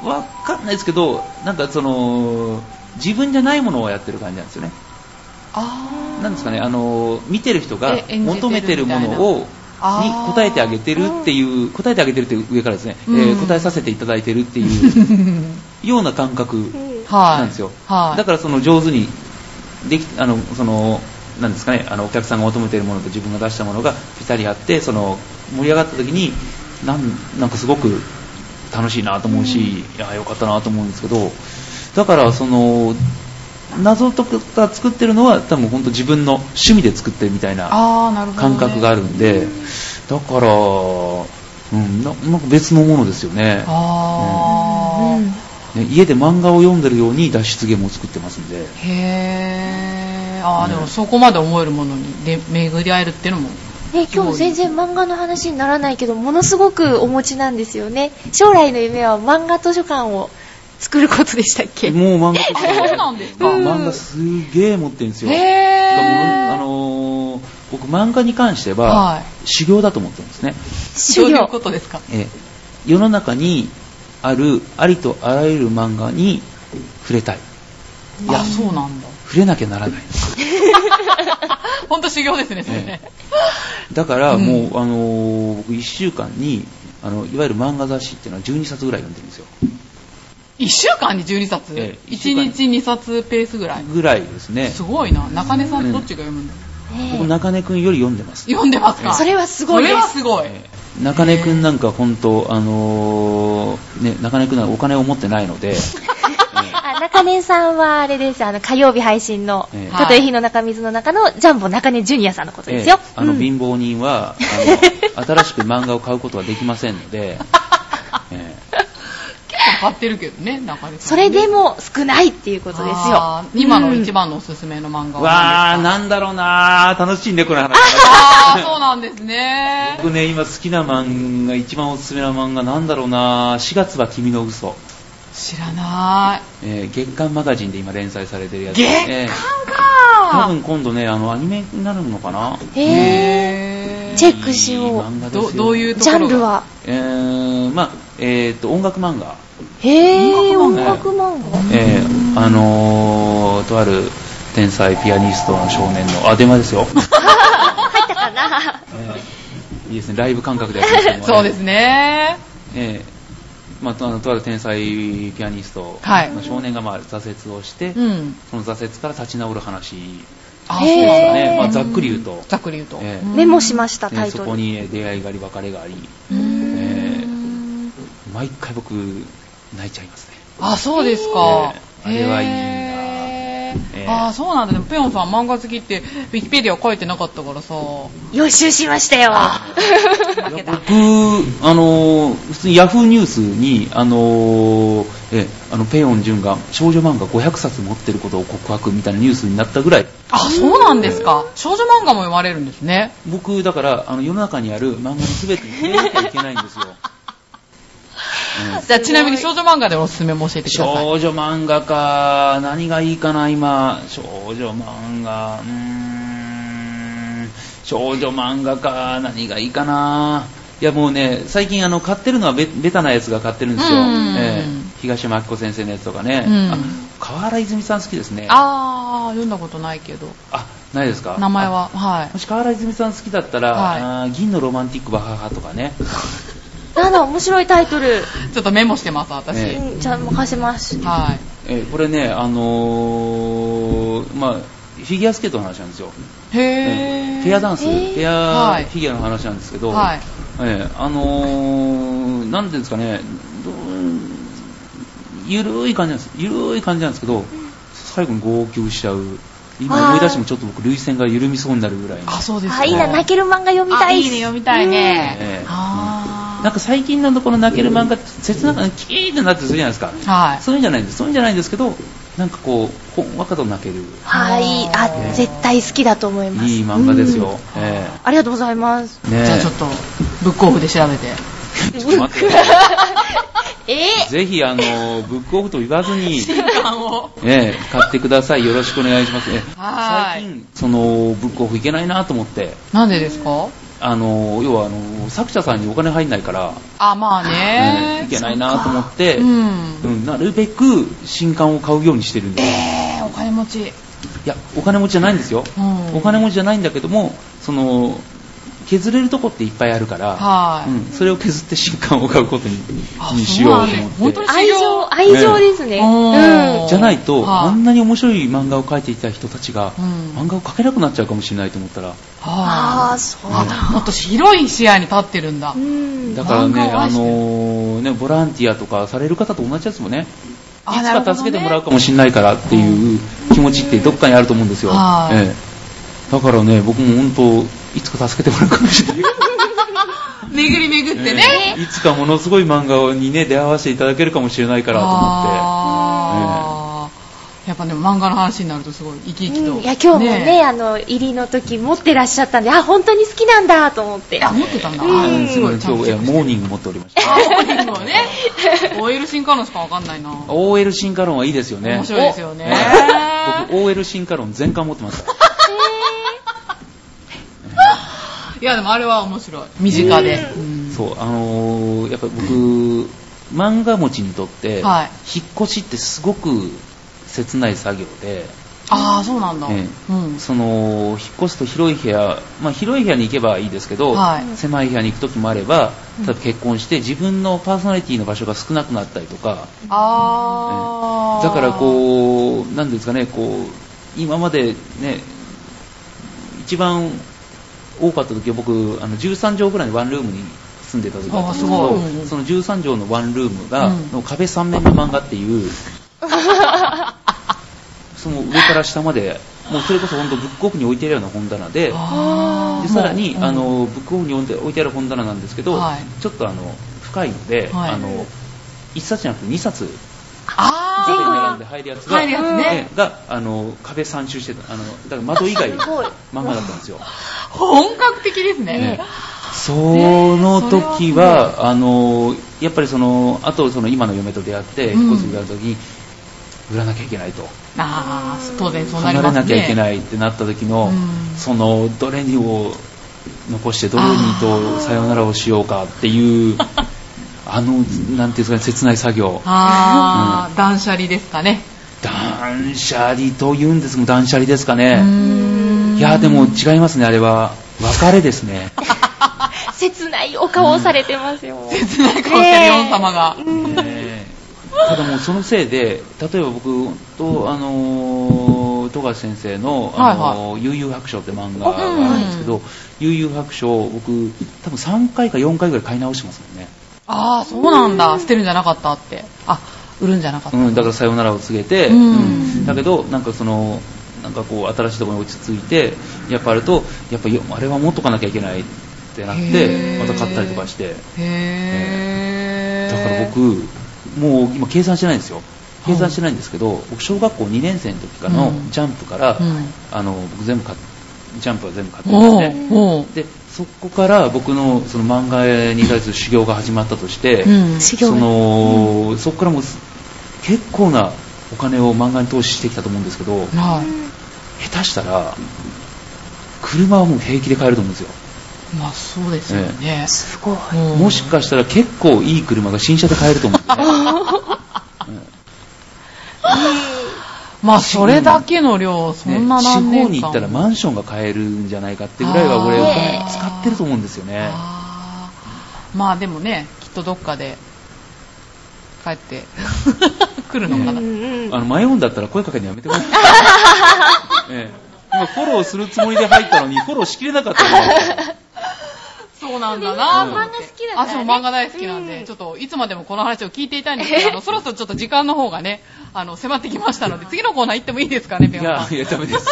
Speaker 3: わかんないですけど、なんかその、自分じゃないものをやってる感じなんですよね。
Speaker 1: い。あ
Speaker 3: なんですかね、あの、見てる人が
Speaker 1: え演じてる
Speaker 3: 求めてるも
Speaker 1: みたいな
Speaker 3: のを、に
Speaker 1: あー
Speaker 3: 答えて あげてるっていう、答えてあげてるっていう上からですね、えー
Speaker 1: うん
Speaker 3: 答えさせていただいてるっていう
Speaker 1: ー。
Speaker 3: ような感覚
Speaker 2: ー
Speaker 1: はい。
Speaker 3: なんですよ。
Speaker 1: はい。
Speaker 3: だからその上手にできあのそのなんですかねあのお客さんが求めているものと自分が出したものがぴったり合ってその盛り上がった時になんなんかすごく楽しいなと思うし、いや良かったなと思うんですけどだからその謎を解くた作ってるのは多分本当自分の趣味で作ってるみたいな
Speaker 1: あー、なるほど、ね。
Speaker 3: 感覚があるんで、だから、うん、ななんか別のものですよね
Speaker 1: あー。
Speaker 2: うん
Speaker 3: ね家で漫画を読んでるように脱出ゲームを作ってますんで。
Speaker 1: へああでもそこまで思えるものにで巡り合えるっていうのも
Speaker 6: え今日も全然漫画の話にならないけどものすごくお持ちなんですよね将来の夢は漫画図書館を作ることでしたっ け
Speaker 3: もう漫画とか
Speaker 1: そうなんですか
Speaker 3: 漫画すげえ持ってるんですよ。だからもうあのー僕漫画に関して
Speaker 1: は
Speaker 3: は修行だと思ってるんですね。
Speaker 1: どういうことですか
Speaker 3: えー世の中にあるありとあらゆる漫画に触れたい。いや
Speaker 1: あそうなんだ
Speaker 3: 触れなきゃならない。
Speaker 1: 本当修行ですねそれね、
Speaker 3: だからもう、あのー僕1週間にあのいわゆる漫画雑誌っていうのは12冊ぐらい読んでるんですよ。
Speaker 1: 1週間に12冊、
Speaker 3: ええ
Speaker 1: 1日2冊ペースぐらい、
Speaker 3: ぐらいですね。
Speaker 1: すごいな中根さんどっちが読むんだ、
Speaker 3: 僕中根くんより読んでます。
Speaker 1: 読んでますか
Speaker 6: それはすごいで
Speaker 1: それは
Speaker 6: す
Speaker 1: すごい、
Speaker 3: 中根くんなんか本当、あのーね、中根くんはお金を持ってない ので、
Speaker 6: あ中根さんはあれですあの火曜日配信の
Speaker 3: ええ
Speaker 6: 「たとえ火の中水の中」のジャンボ中根ジュニアさんのことですよ、
Speaker 3: あの
Speaker 6: うん
Speaker 3: 貧乏人は、あ の新しく漫画を買うことはできませんので、え
Speaker 1: 結構買ってるけどね中根さん
Speaker 6: それでも少ないっていうことですよ
Speaker 1: あー今の一番のおすすめの漫
Speaker 3: え
Speaker 1: 画
Speaker 3: わ
Speaker 1: は何で
Speaker 3: ー、
Speaker 1: すか
Speaker 3: なんだろうなー、楽しいね、この話。
Speaker 1: あーそうなんですね
Speaker 3: 僕ね、今好きな漫画、一番おすすめな漫画、なんだろうなー、4月は君の嘘。
Speaker 1: 知らな
Speaker 3: えー月刊マガジンで今連載されてるやつ。
Speaker 1: 月刊
Speaker 3: え
Speaker 1: い
Speaker 3: ー
Speaker 1: か
Speaker 3: 多分今度ね、あの、アニメになるのかな
Speaker 6: へ
Speaker 1: へ
Speaker 6: えチェックしよう
Speaker 3: いい漫画
Speaker 1: ー
Speaker 3: ですよ
Speaker 1: どどういうと
Speaker 6: ジ
Speaker 1: こ
Speaker 6: ャ
Speaker 1: ろ
Speaker 6: ン
Speaker 1: が
Speaker 6: ルは
Speaker 3: えー、まあ、えーっと、音楽漫画。
Speaker 6: へえ
Speaker 3: 音
Speaker 6: 音
Speaker 3: 楽
Speaker 6: 楽漫画
Speaker 3: えー、あのー、とある天才ピアニストの少年の、あ、電話ですよ。入ったかな、えーいいですね、ライブ感覚でやってますね
Speaker 1: そうです。ね
Speaker 3: えー、まあ、とあのとある天才ピアニスト、
Speaker 1: はい
Speaker 3: まあ少年がまあ挫折をして、
Speaker 1: うん
Speaker 3: その挫折から立ち直る話です
Speaker 1: あ
Speaker 6: へ
Speaker 1: そう
Speaker 6: ー
Speaker 1: なんだ
Speaker 3: かね、まあ、ざっくり言うと、
Speaker 1: ざっくり言うと、
Speaker 3: え
Speaker 1: うん
Speaker 6: メモしましたタ
Speaker 3: ね、
Speaker 6: イ
Speaker 3: そ
Speaker 6: ト
Speaker 3: こ
Speaker 6: ル、
Speaker 3: にえー出会いがあり別れがあり、
Speaker 6: う
Speaker 3: え
Speaker 6: ーん
Speaker 3: ー、毎回僕、泣いちゃいますね。
Speaker 1: あそうですか、
Speaker 3: えーあれはいいな
Speaker 1: へー
Speaker 3: えー
Speaker 1: あーそうなんだでもペヨンさん漫画好きってウィキペディア書いてなかったからさ
Speaker 6: 予習しましたよ
Speaker 1: 負けた
Speaker 3: 僕、あのー普通にヤフーニュースに、あのーえあのペヨンジュンが少女漫画500冊持ってることを告白みたいなニュースになったぐらい、
Speaker 1: あそうなんですか少女漫画も読まれるんですね
Speaker 3: 僕、だからあの世の中にある漫画の全てに触れなきゃいけないんですよ。うん
Speaker 1: じゃあちなみに少女漫画でおすすめも教えてください
Speaker 3: 少女漫画か、何がいいかな、今、少女漫画、うーん、少女漫画か、何がいいかな、いやもうね、最近あの買ってるのはベベタなやつが買ってるんですよ、
Speaker 1: うん
Speaker 3: ええ東山明子先生のやつとかね、
Speaker 1: うん
Speaker 3: あ川原泉さん好きですね、
Speaker 1: ああ読んだことないけど
Speaker 3: あないですか、
Speaker 1: 名前はは
Speaker 3: あもし川原泉さん好きだったら、
Speaker 1: はい
Speaker 3: あー銀のロマンティックバハハとかね、
Speaker 6: なんだ面白いタイトル、
Speaker 1: いちょっとメモしてます私、
Speaker 3: え
Speaker 6: うん、じゃあ任せます
Speaker 1: はい
Speaker 3: ええこれね、あのーまあ、フィギュアスケートの話なんですよ。
Speaker 1: へー
Speaker 3: ペアダンス、ペア
Speaker 1: はい
Speaker 3: フィギュアの話なんですけど、
Speaker 1: はい
Speaker 3: ええあのー、なんていうんですかね、どうゆるい感じなんです、ゆるい感じなんですけど、最後に号泣しちゃう、今思い出してもちょっと僕、涙腺が緩みそうになるぐらいの、
Speaker 1: あそうです
Speaker 6: あいいな泣ける漫画読みた
Speaker 1: あ
Speaker 6: い
Speaker 1: い
Speaker 6: し
Speaker 1: いね読みたいね、
Speaker 3: ええ
Speaker 1: あー
Speaker 3: なんか最近のところ泣ける漫画って、切なく、キーってなってするじゃないですか、
Speaker 1: はい
Speaker 3: そういうんじゃないんです、そういうんじゃないんですけど、なんかこう、ほんわかと泣ける、
Speaker 6: はいあ絶対好きだと思います
Speaker 3: いい漫画ですよ。
Speaker 6: うん
Speaker 3: え
Speaker 6: ありがとうございます
Speaker 3: えねえ
Speaker 1: じゃあちょっとブックオフで調べて
Speaker 3: ちょっと 待って
Speaker 6: え
Speaker 3: ぜひ、あの、ブックオフと言わずに、
Speaker 1: を
Speaker 3: ええ、買ってください。よろしくお願いします。ええ
Speaker 1: はー
Speaker 3: 最
Speaker 1: い
Speaker 3: 近、その、ブックオフ行けないなと思って、
Speaker 1: なんでですか
Speaker 3: あの、要は、あの、作者さんにお金入んないから、
Speaker 1: あまあ
Speaker 3: ええ
Speaker 1: ね
Speaker 3: 行けないなと思って、
Speaker 1: う
Speaker 3: うん
Speaker 1: ん
Speaker 3: なるべく新刊を買うようにしてるんです。
Speaker 1: えーお金持ち
Speaker 3: いや、お金持ちじゃないんですよ。
Speaker 1: うん
Speaker 3: お金持ちじゃないんだけども、その、削れるとこっていっぱいあるから、
Speaker 1: はい
Speaker 3: うんそれを削って新刊を買うことに
Speaker 1: あ
Speaker 3: にしようと
Speaker 1: そうなんだ
Speaker 3: 思って
Speaker 1: 本。当に
Speaker 6: 愛情愛情ですね、
Speaker 1: うん
Speaker 3: じゃないと、
Speaker 1: はい
Speaker 3: あんなに面白い漫画を描いていた人たちが、
Speaker 1: うん
Speaker 3: 漫画を描けなくなっちゃうかもしれないと思ったら、
Speaker 1: は
Speaker 6: ああそう
Speaker 1: いあもっと広い視野に立ってるんだ
Speaker 6: うん
Speaker 3: だから
Speaker 1: 漫
Speaker 3: ね、
Speaker 1: 画を
Speaker 3: あ
Speaker 1: 愛してる
Speaker 3: のーね、ボランティアとかされる方と同じですもんね。い
Speaker 1: あ
Speaker 3: つ
Speaker 1: なるほどね
Speaker 3: か助けてもらうかもしれないからっていう気持ちってどっかにあると思うんですよ。
Speaker 1: はい
Speaker 3: ええだからね、僕も本当、いつか助けてもらうかもしれない。
Speaker 1: 巡り巡ってね、
Speaker 3: ええいつかものすごい漫画にね、出会わせていただけるかもしれないからと思って。
Speaker 1: あーやっぱでも漫画の話になるとすごい生き生きと、
Speaker 6: うんいや今日もねあの入りの時持ってらっしゃったんであ本当に好きなんだと思って
Speaker 1: あ持ってたんだ、
Speaker 3: あ
Speaker 1: あ
Speaker 3: の
Speaker 1: す
Speaker 3: す
Speaker 1: ご
Speaker 3: ご
Speaker 1: い
Speaker 3: い
Speaker 1: ちゃん
Speaker 3: 今
Speaker 1: とチェ
Speaker 3: 日い
Speaker 1: ッ
Speaker 3: や
Speaker 1: クし
Speaker 3: モーニング持っておりました
Speaker 1: あ本人も ね OL 進化論しかわかんないな
Speaker 3: OL 進化論はいいですよね
Speaker 1: 面白いですよね
Speaker 3: ね僕 OL 進化論全巻持ってました
Speaker 1: いやでもあれは面白い身近で、うん
Speaker 3: そうあのーやっぱり僕漫画持ちにとって、
Speaker 1: はい
Speaker 3: 引っ越しってすごく切ない作業で、
Speaker 1: ああそうなんだ、
Speaker 3: え
Speaker 1: うん
Speaker 3: その引っ越すと広い部屋、まあ、広い部屋に行けばいいですけど、
Speaker 1: はい
Speaker 3: 狭い部屋に行く時もあれば例えば結婚して自分のパーソナリティの場所が少なくなったりとか、
Speaker 1: ああ
Speaker 3: だからこう、なんですかね、こう、今までね、一番多かった時は僕、あの13畳ぐらいのワンルームに住んでた時だったんですけ
Speaker 1: あ
Speaker 3: ど、
Speaker 1: すごい
Speaker 3: その13畳のワンルームが、
Speaker 1: うん
Speaker 3: の壁3面の漫画っ ていう、その上から下まで、もうそれこそ本当ブックオフに置いてるような本棚で、
Speaker 1: あー
Speaker 3: でさらに、
Speaker 1: もう
Speaker 3: あのブックオフに置いて置いてある本棚なんですけど、
Speaker 1: はい
Speaker 3: ちょっとあの深いので、
Speaker 1: はい
Speaker 3: あの1冊じゃなくて2冊
Speaker 1: あ
Speaker 3: 全
Speaker 1: ー
Speaker 3: 部並んで入るやつが
Speaker 1: 入るやつね
Speaker 3: ええがあの壁3周してたあのだから窓 以外まんまだったんですよ、
Speaker 1: 本格的ですね
Speaker 3: ええその時は、あのやっぱりそのあとその今の嫁と出会って
Speaker 1: うん
Speaker 3: 引っ越す時の時に、売らなきゃいけないと
Speaker 1: ああ当然そうなり
Speaker 3: 離
Speaker 1: ま
Speaker 3: れ
Speaker 1: すね
Speaker 3: なきゃいけないってなった時の、
Speaker 1: うん
Speaker 3: そのどれにを残してどれにとさよならをしようかっ ていうあのなんていうんですかね切ない作業
Speaker 1: ああ、断捨離ですかね
Speaker 3: 断捨離と言うんですも断捨離ですかね、
Speaker 1: うーん
Speaker 3: いやでも違いますね、あれは。別れですね。
Speaker 6: 切ないお顔をされてますよ、
Speaker 1: 切ない顔してるヨン様が、
Speaker 3: ねえただもうそのせいで、例えば僕と、あのー、富樫先生の、あのー悠々白書って漫画があるんですけど、悠々白書を僕、多分3回か4回ぐらい買い直してますもんね。
Speaker 1: ああそうなんだ捨てるんじゃなかったってあ売るんじゃなかった、
Speaker 3: うん、だからさよならを告げて、
Speaker 1: うん
Speaker 3: うんだけど、なんかその、なんかこう、新しいところに落ち着いて、やっぱあると、やっぱよあれは持っとかなきゃいけないってなっ
Speaker 1: へ
Speaker 3: て、
Speaker 1: え
Speaker 3: また買ったりとかして。
Speaker 1: へえ
Speaker 3: だから僕、もう今計算してないんですよ。計算してないんですけど、僕小学校2年生の時からの
Speaker 1: うん
Speaker 3: ジャンプから、
Speaker 1: うん
Speaker 3: あの、僕全部買っジャンプは全部買って
Speaker 1: お
Speaker 3: ま
Speaker 1: う
Speaker 3: すね。
Speaker 1: おう
Speaker 3: で、そこから僕のその漫画に対する修行が始まったとして、
Speaker 1: うん
Speaker 6: 修行
Speaker 3: そ
Speaker 6: が
Speaker 3: の、そこからもうす結構なお金を漫画に投資してきたと思うんですけど、
Speaker 1: はい
Speaker 3: 下手したら、車はもう平気で買えると思うんですよ。
Speaker 1: まあそうですよね、
Speaker 6: すごい
Speaker 1: うん
Speaker 3: もしかしたら結構いい車が新車で買えると思うんですね。
Speaker 1: まあそれだけの量そ
Speaker 3: ね
Speaker 1: んな
Speaker 3: 地
Speaker 1: 何年間
Speaker 3: 方に行ったらマンションが買えるんじゃないかってぐらいは俺お金使ってると思うんですよね
Speaker 1: あーまあでもねきっとどっかで帰って 来るのかな、
Speaker 6: うんうん
Speaker 3: あの迷うんだったら声かけるのやめてもらって ええ今フォローするつもりで入ったのにフォローしきれなかっ たの
Speaker 1: そうなんだな
Speaker 3: うん
Speaker 1: と思って
Speaker 6: 漫画好きだから
Speaker 1: あ
Speaker 6: ね
Speaker 1: そう漫画大好きなんで、
Speaker 6: うん
Speaker 1: ちょっといつまでもこの話を聞いていたいんですけどあ のそろそろちょっと時間の方がねあの迫ってきましたので次のコーナー行ってもいいですかねペ
Speaker 3: い
Speaker 1: ンさ
Speaker 3: や
Speaker 1: ん
Speaker 3: いやダメです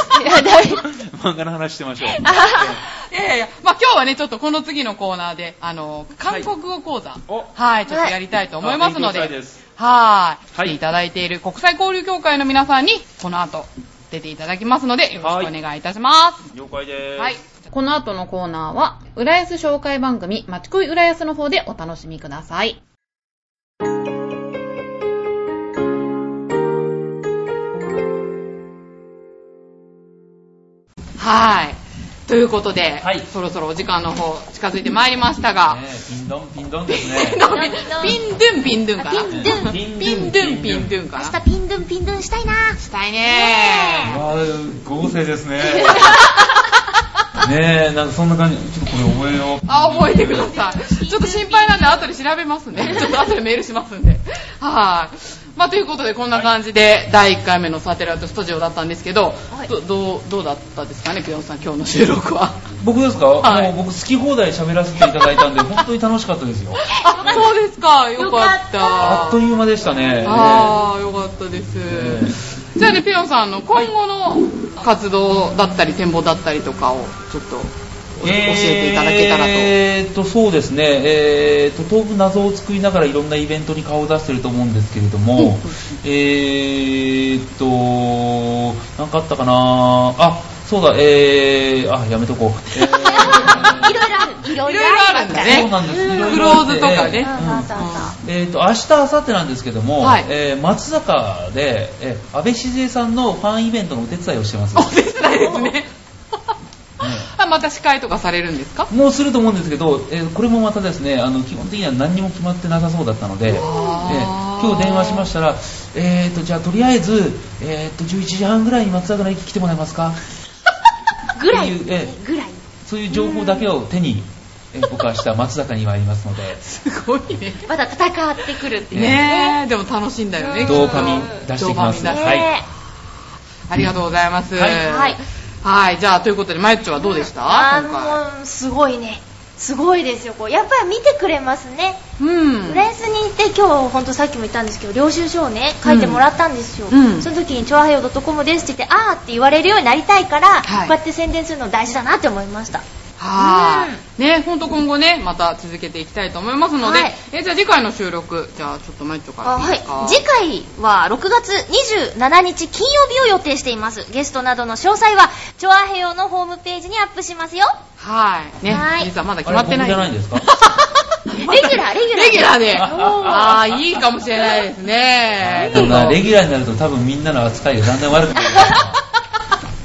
Speaker 3: 漫画の話して ましょう
Speaker 1: いやいやいや、まあ、今日はね、ちょっとこの次のコーナーで、あの、韓国語講座、
Speaker 3: お
Speaker 1: はい、ちょっとやりたいと思いますので、
Speaker 3: あ
Speaker 1: は
Speaker 3: 勉強したいです
Speaker 1: い、
Speaker 3: は
Speaker 1: 来
Speaker 3: い
Speaker 1: ていただいている国際交流協会の皆さんに、この後、出ていただきますので、よろしくお願いいたします。
Speaker 3: 了解で
Speaker 1: はい。
Speaker 4: この後のコーナーは、浦安紹介番組、まちこい浦安の方でお楽しみください。
Speaker 1: はい。ということで、
Speaker 3: はい
Speaker 1: そろそろお時間の方、近づいてまいりました が、
Speaker 3: ピンドンピンドンですね
Speaker 1: ピンドゥンピンドゥンかな。
Speaker 6: あ
Speaker 1: ピ
Speaker 6: ピ
Speaker 1: ンド
Speaker 6: ンド
Speaker 1: ゥ
Speaker 6: ゥ
Speaker 1: ン
Speaker 6: ン
Speaker 1: ピンドゥンかな。
Speaker 6: 明
Speaker 1: し
Speaker 6: 日ピンドゥンピンドゥンしたいな
Speaker 1: たいね
Speaker 3: わあ豪勢で すねねえなんかそんな感じちょっとこれ覚えよう
Speaker 1: あ、覚えてください。ちょっと心配なんで、後で調べます ね。ちょっと後でメールしますんで。はい。まあ、ということで、こんな感じで、第1回目のサテライトスタジオだったんですけど、どどう、どうだったですかね、ピヨンさん、今日の収録は。
Speaker 3: 僕ですか、
Speaker 1: はい
Speaker 3: もう僕好き放題喋らせていただいたんで本当に楽しかったですよ
Speaker 1: あ、 そうですか、よかった。
Speaker 3: あっという間でしたね
Speaker 1: あー、よかったです。じゃあね、ピヨンさんの今後の活動だったり、展望だったりとかを、ちょっと教えていただけたらと。
Speaker 3: えーっと、そうですね、えーっと、当分謎を作りながらいろんなイベントに顔を出してると思うんですけれども、えーっと、なんかあったかなあ、そうだ、えー、あ、やめとこう。えー
Speaker 2: いろいろある。いろ
Speaker 1: いろいろあるんだ
Speaker 3: そう
Speaker 1: ね。
Speaker 3: なんです。いろい
Speaker 1: ク
Speaker 3: ろ
Speaker 1: ロ
Speaker 3: あ
Speaker 1: ー
Speaker 3: って
Speaker 1: ズとかね。
Speaker 3: うん
Speaker 6: そうそう
Speaker 3: えー、と明日、明後日なんですけども、
Speaker 1: はい
Speaker 3: えー松坂で、えー、安倍静江さんのファンイベントのお手伝いをしてます、
Speaker 1: お手伝いですね。あ、また司会とかされるんですか
Speaker 3: もうすると思うんですけど、えーこれもまたですねあの基本的には何にも決まってなさそうだったので、えー
Speaker 1: あー
Speaker 3: 今日電話しましたら、えー、とじゃあとりあえず、えー、と11時半ぐらいに松坂の駅来てもらえま すか
Speaker 2: ぐらい
Speaker 3: っていう、えー
Speaker 2: ぐらい。
Speaker 3: そういう情報だけを手に、えー僕は明日松坂に参りますので
Speaker 1: すごいね。
Speaker 2: まだ戦ってくるっていう。
Speaker 1: ねえ、でも楽しいんだよね。
Speaker 3: ドーパミン出してきます、
Speaker 1: ドーパミン出
Speaker 3: はい
Speaker 2: ね
Speaker 1: ありがとうございます。
Speaker 3: はい
Speaker 2: はい
Speaker 1: はい。じゃあ、ということで、まゆっちょはどうでした今
Speaker 6: あの、すごいね。すごいですよ。こうやっぱり見てくれますね。
Speaker 1: 回うん
Speaker 6: フ。ランスに行って今日、ほんとさっきも言ったんですけど、領収書をね、書いてもらったんですよ。
Speaker 1: うん
Speaker 6: その時に、チョアヘヨ .com ですって言って、あーって言われるようになりたいから、
Speaker 1: はい
Speaker 6: こうやって宣伝するの大事だなって思いました。
Speaker 1: はい。ね、ほんと今後ね、また続けていきたいと思いますので
Speaker 6: はい、
Speaker 1: え、じゃあ次回の収録、じゃあちょっとまゆっちょから
Speaker 6: あ
Speaker 1: いい
Speaker 6: は
Speaker 1: で
Speaker 6: い
Speaker 1: すか。、
Speaker 6: 次回は6月27日金曜日を予定していますゲストなどの詳細はチョアヘヨのホームページにアップしますよ
Speaker 1: はい。ね
Speaker 6: は、い
Speaker 1: 実はまだ決まってない。
Speaker 3: あれ僕じゃないんですか
Speaker 6: レギュラーレギュラー
Speaker 1: レギュラーで。
Speaker 3: おー
Speaker 1: ああ、いいかもしれないですね。
Speaker 3: でもなレギュラーになると多分みんなの扱いがだんだん悪くなる から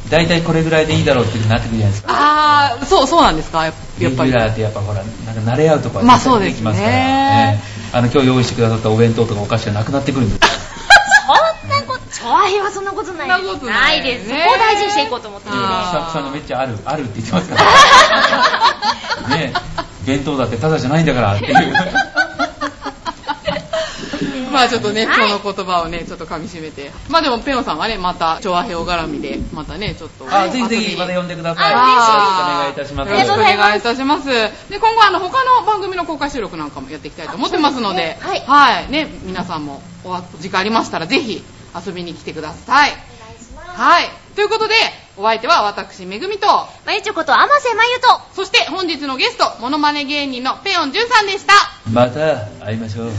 Speaker 3: 大体これぐらいでいいだろうってなってくるじゃないですか
Speaker 1: ああ、そう、そうなんですかやっ
Speaker 3: レギ
Speaker 1: ぱ
Speaker 3: ュ
Speaker 1: り。
Speaker 3: ラーってやっぱほらなんか慣れ合うとこは
Speaker 1: まあそうですね
Speaker 3: きますから、あの今日用意してくださったお弁当とかお菓子がなくなってくるんですよ
Speaker 6: そんなことチョアヘヨはそんなことないです
Speaker 1: そんなことない
Speaker 6: ですそこ
Speaker 1: ね
Speaker 6: を大事にしていこうと思ってるんで
Speaker 1: あー
Speaker 3: スタッフさんがめっちゃあるあるって言ってま すからね弁当だってただじゃないんだからっていう
Speaker 1: まあちょっとね、
Speaker 6: はい
Speaker 1: 今日の言葉をね、ちょっと噛み締めて。まあでも、ペヨさんはね、また、調和表絡みで、またね、ちょっと。
Speaker 3: あぜひぜひまた呼んでくださいよろしくお願いいたします
Speaker 1: よろしくお願いいたします。で、今後、あの、他の番組の公開収録なんかもやっていきたいと思ってますので、
Speaker 6: あそうですね
Speaker 1: はい。ね、皆さんも、お時間ありましたら、ぜひ、遊びに来てください。はい。ということで、お相手は私、めぐみと、
Speaker 6: まゆちょこと天瀬まゆと
Speaker 1: そして本日のゲスト、モノマネ芸人のペヨンジュンさんでした。
Speaker 3: また会いましょう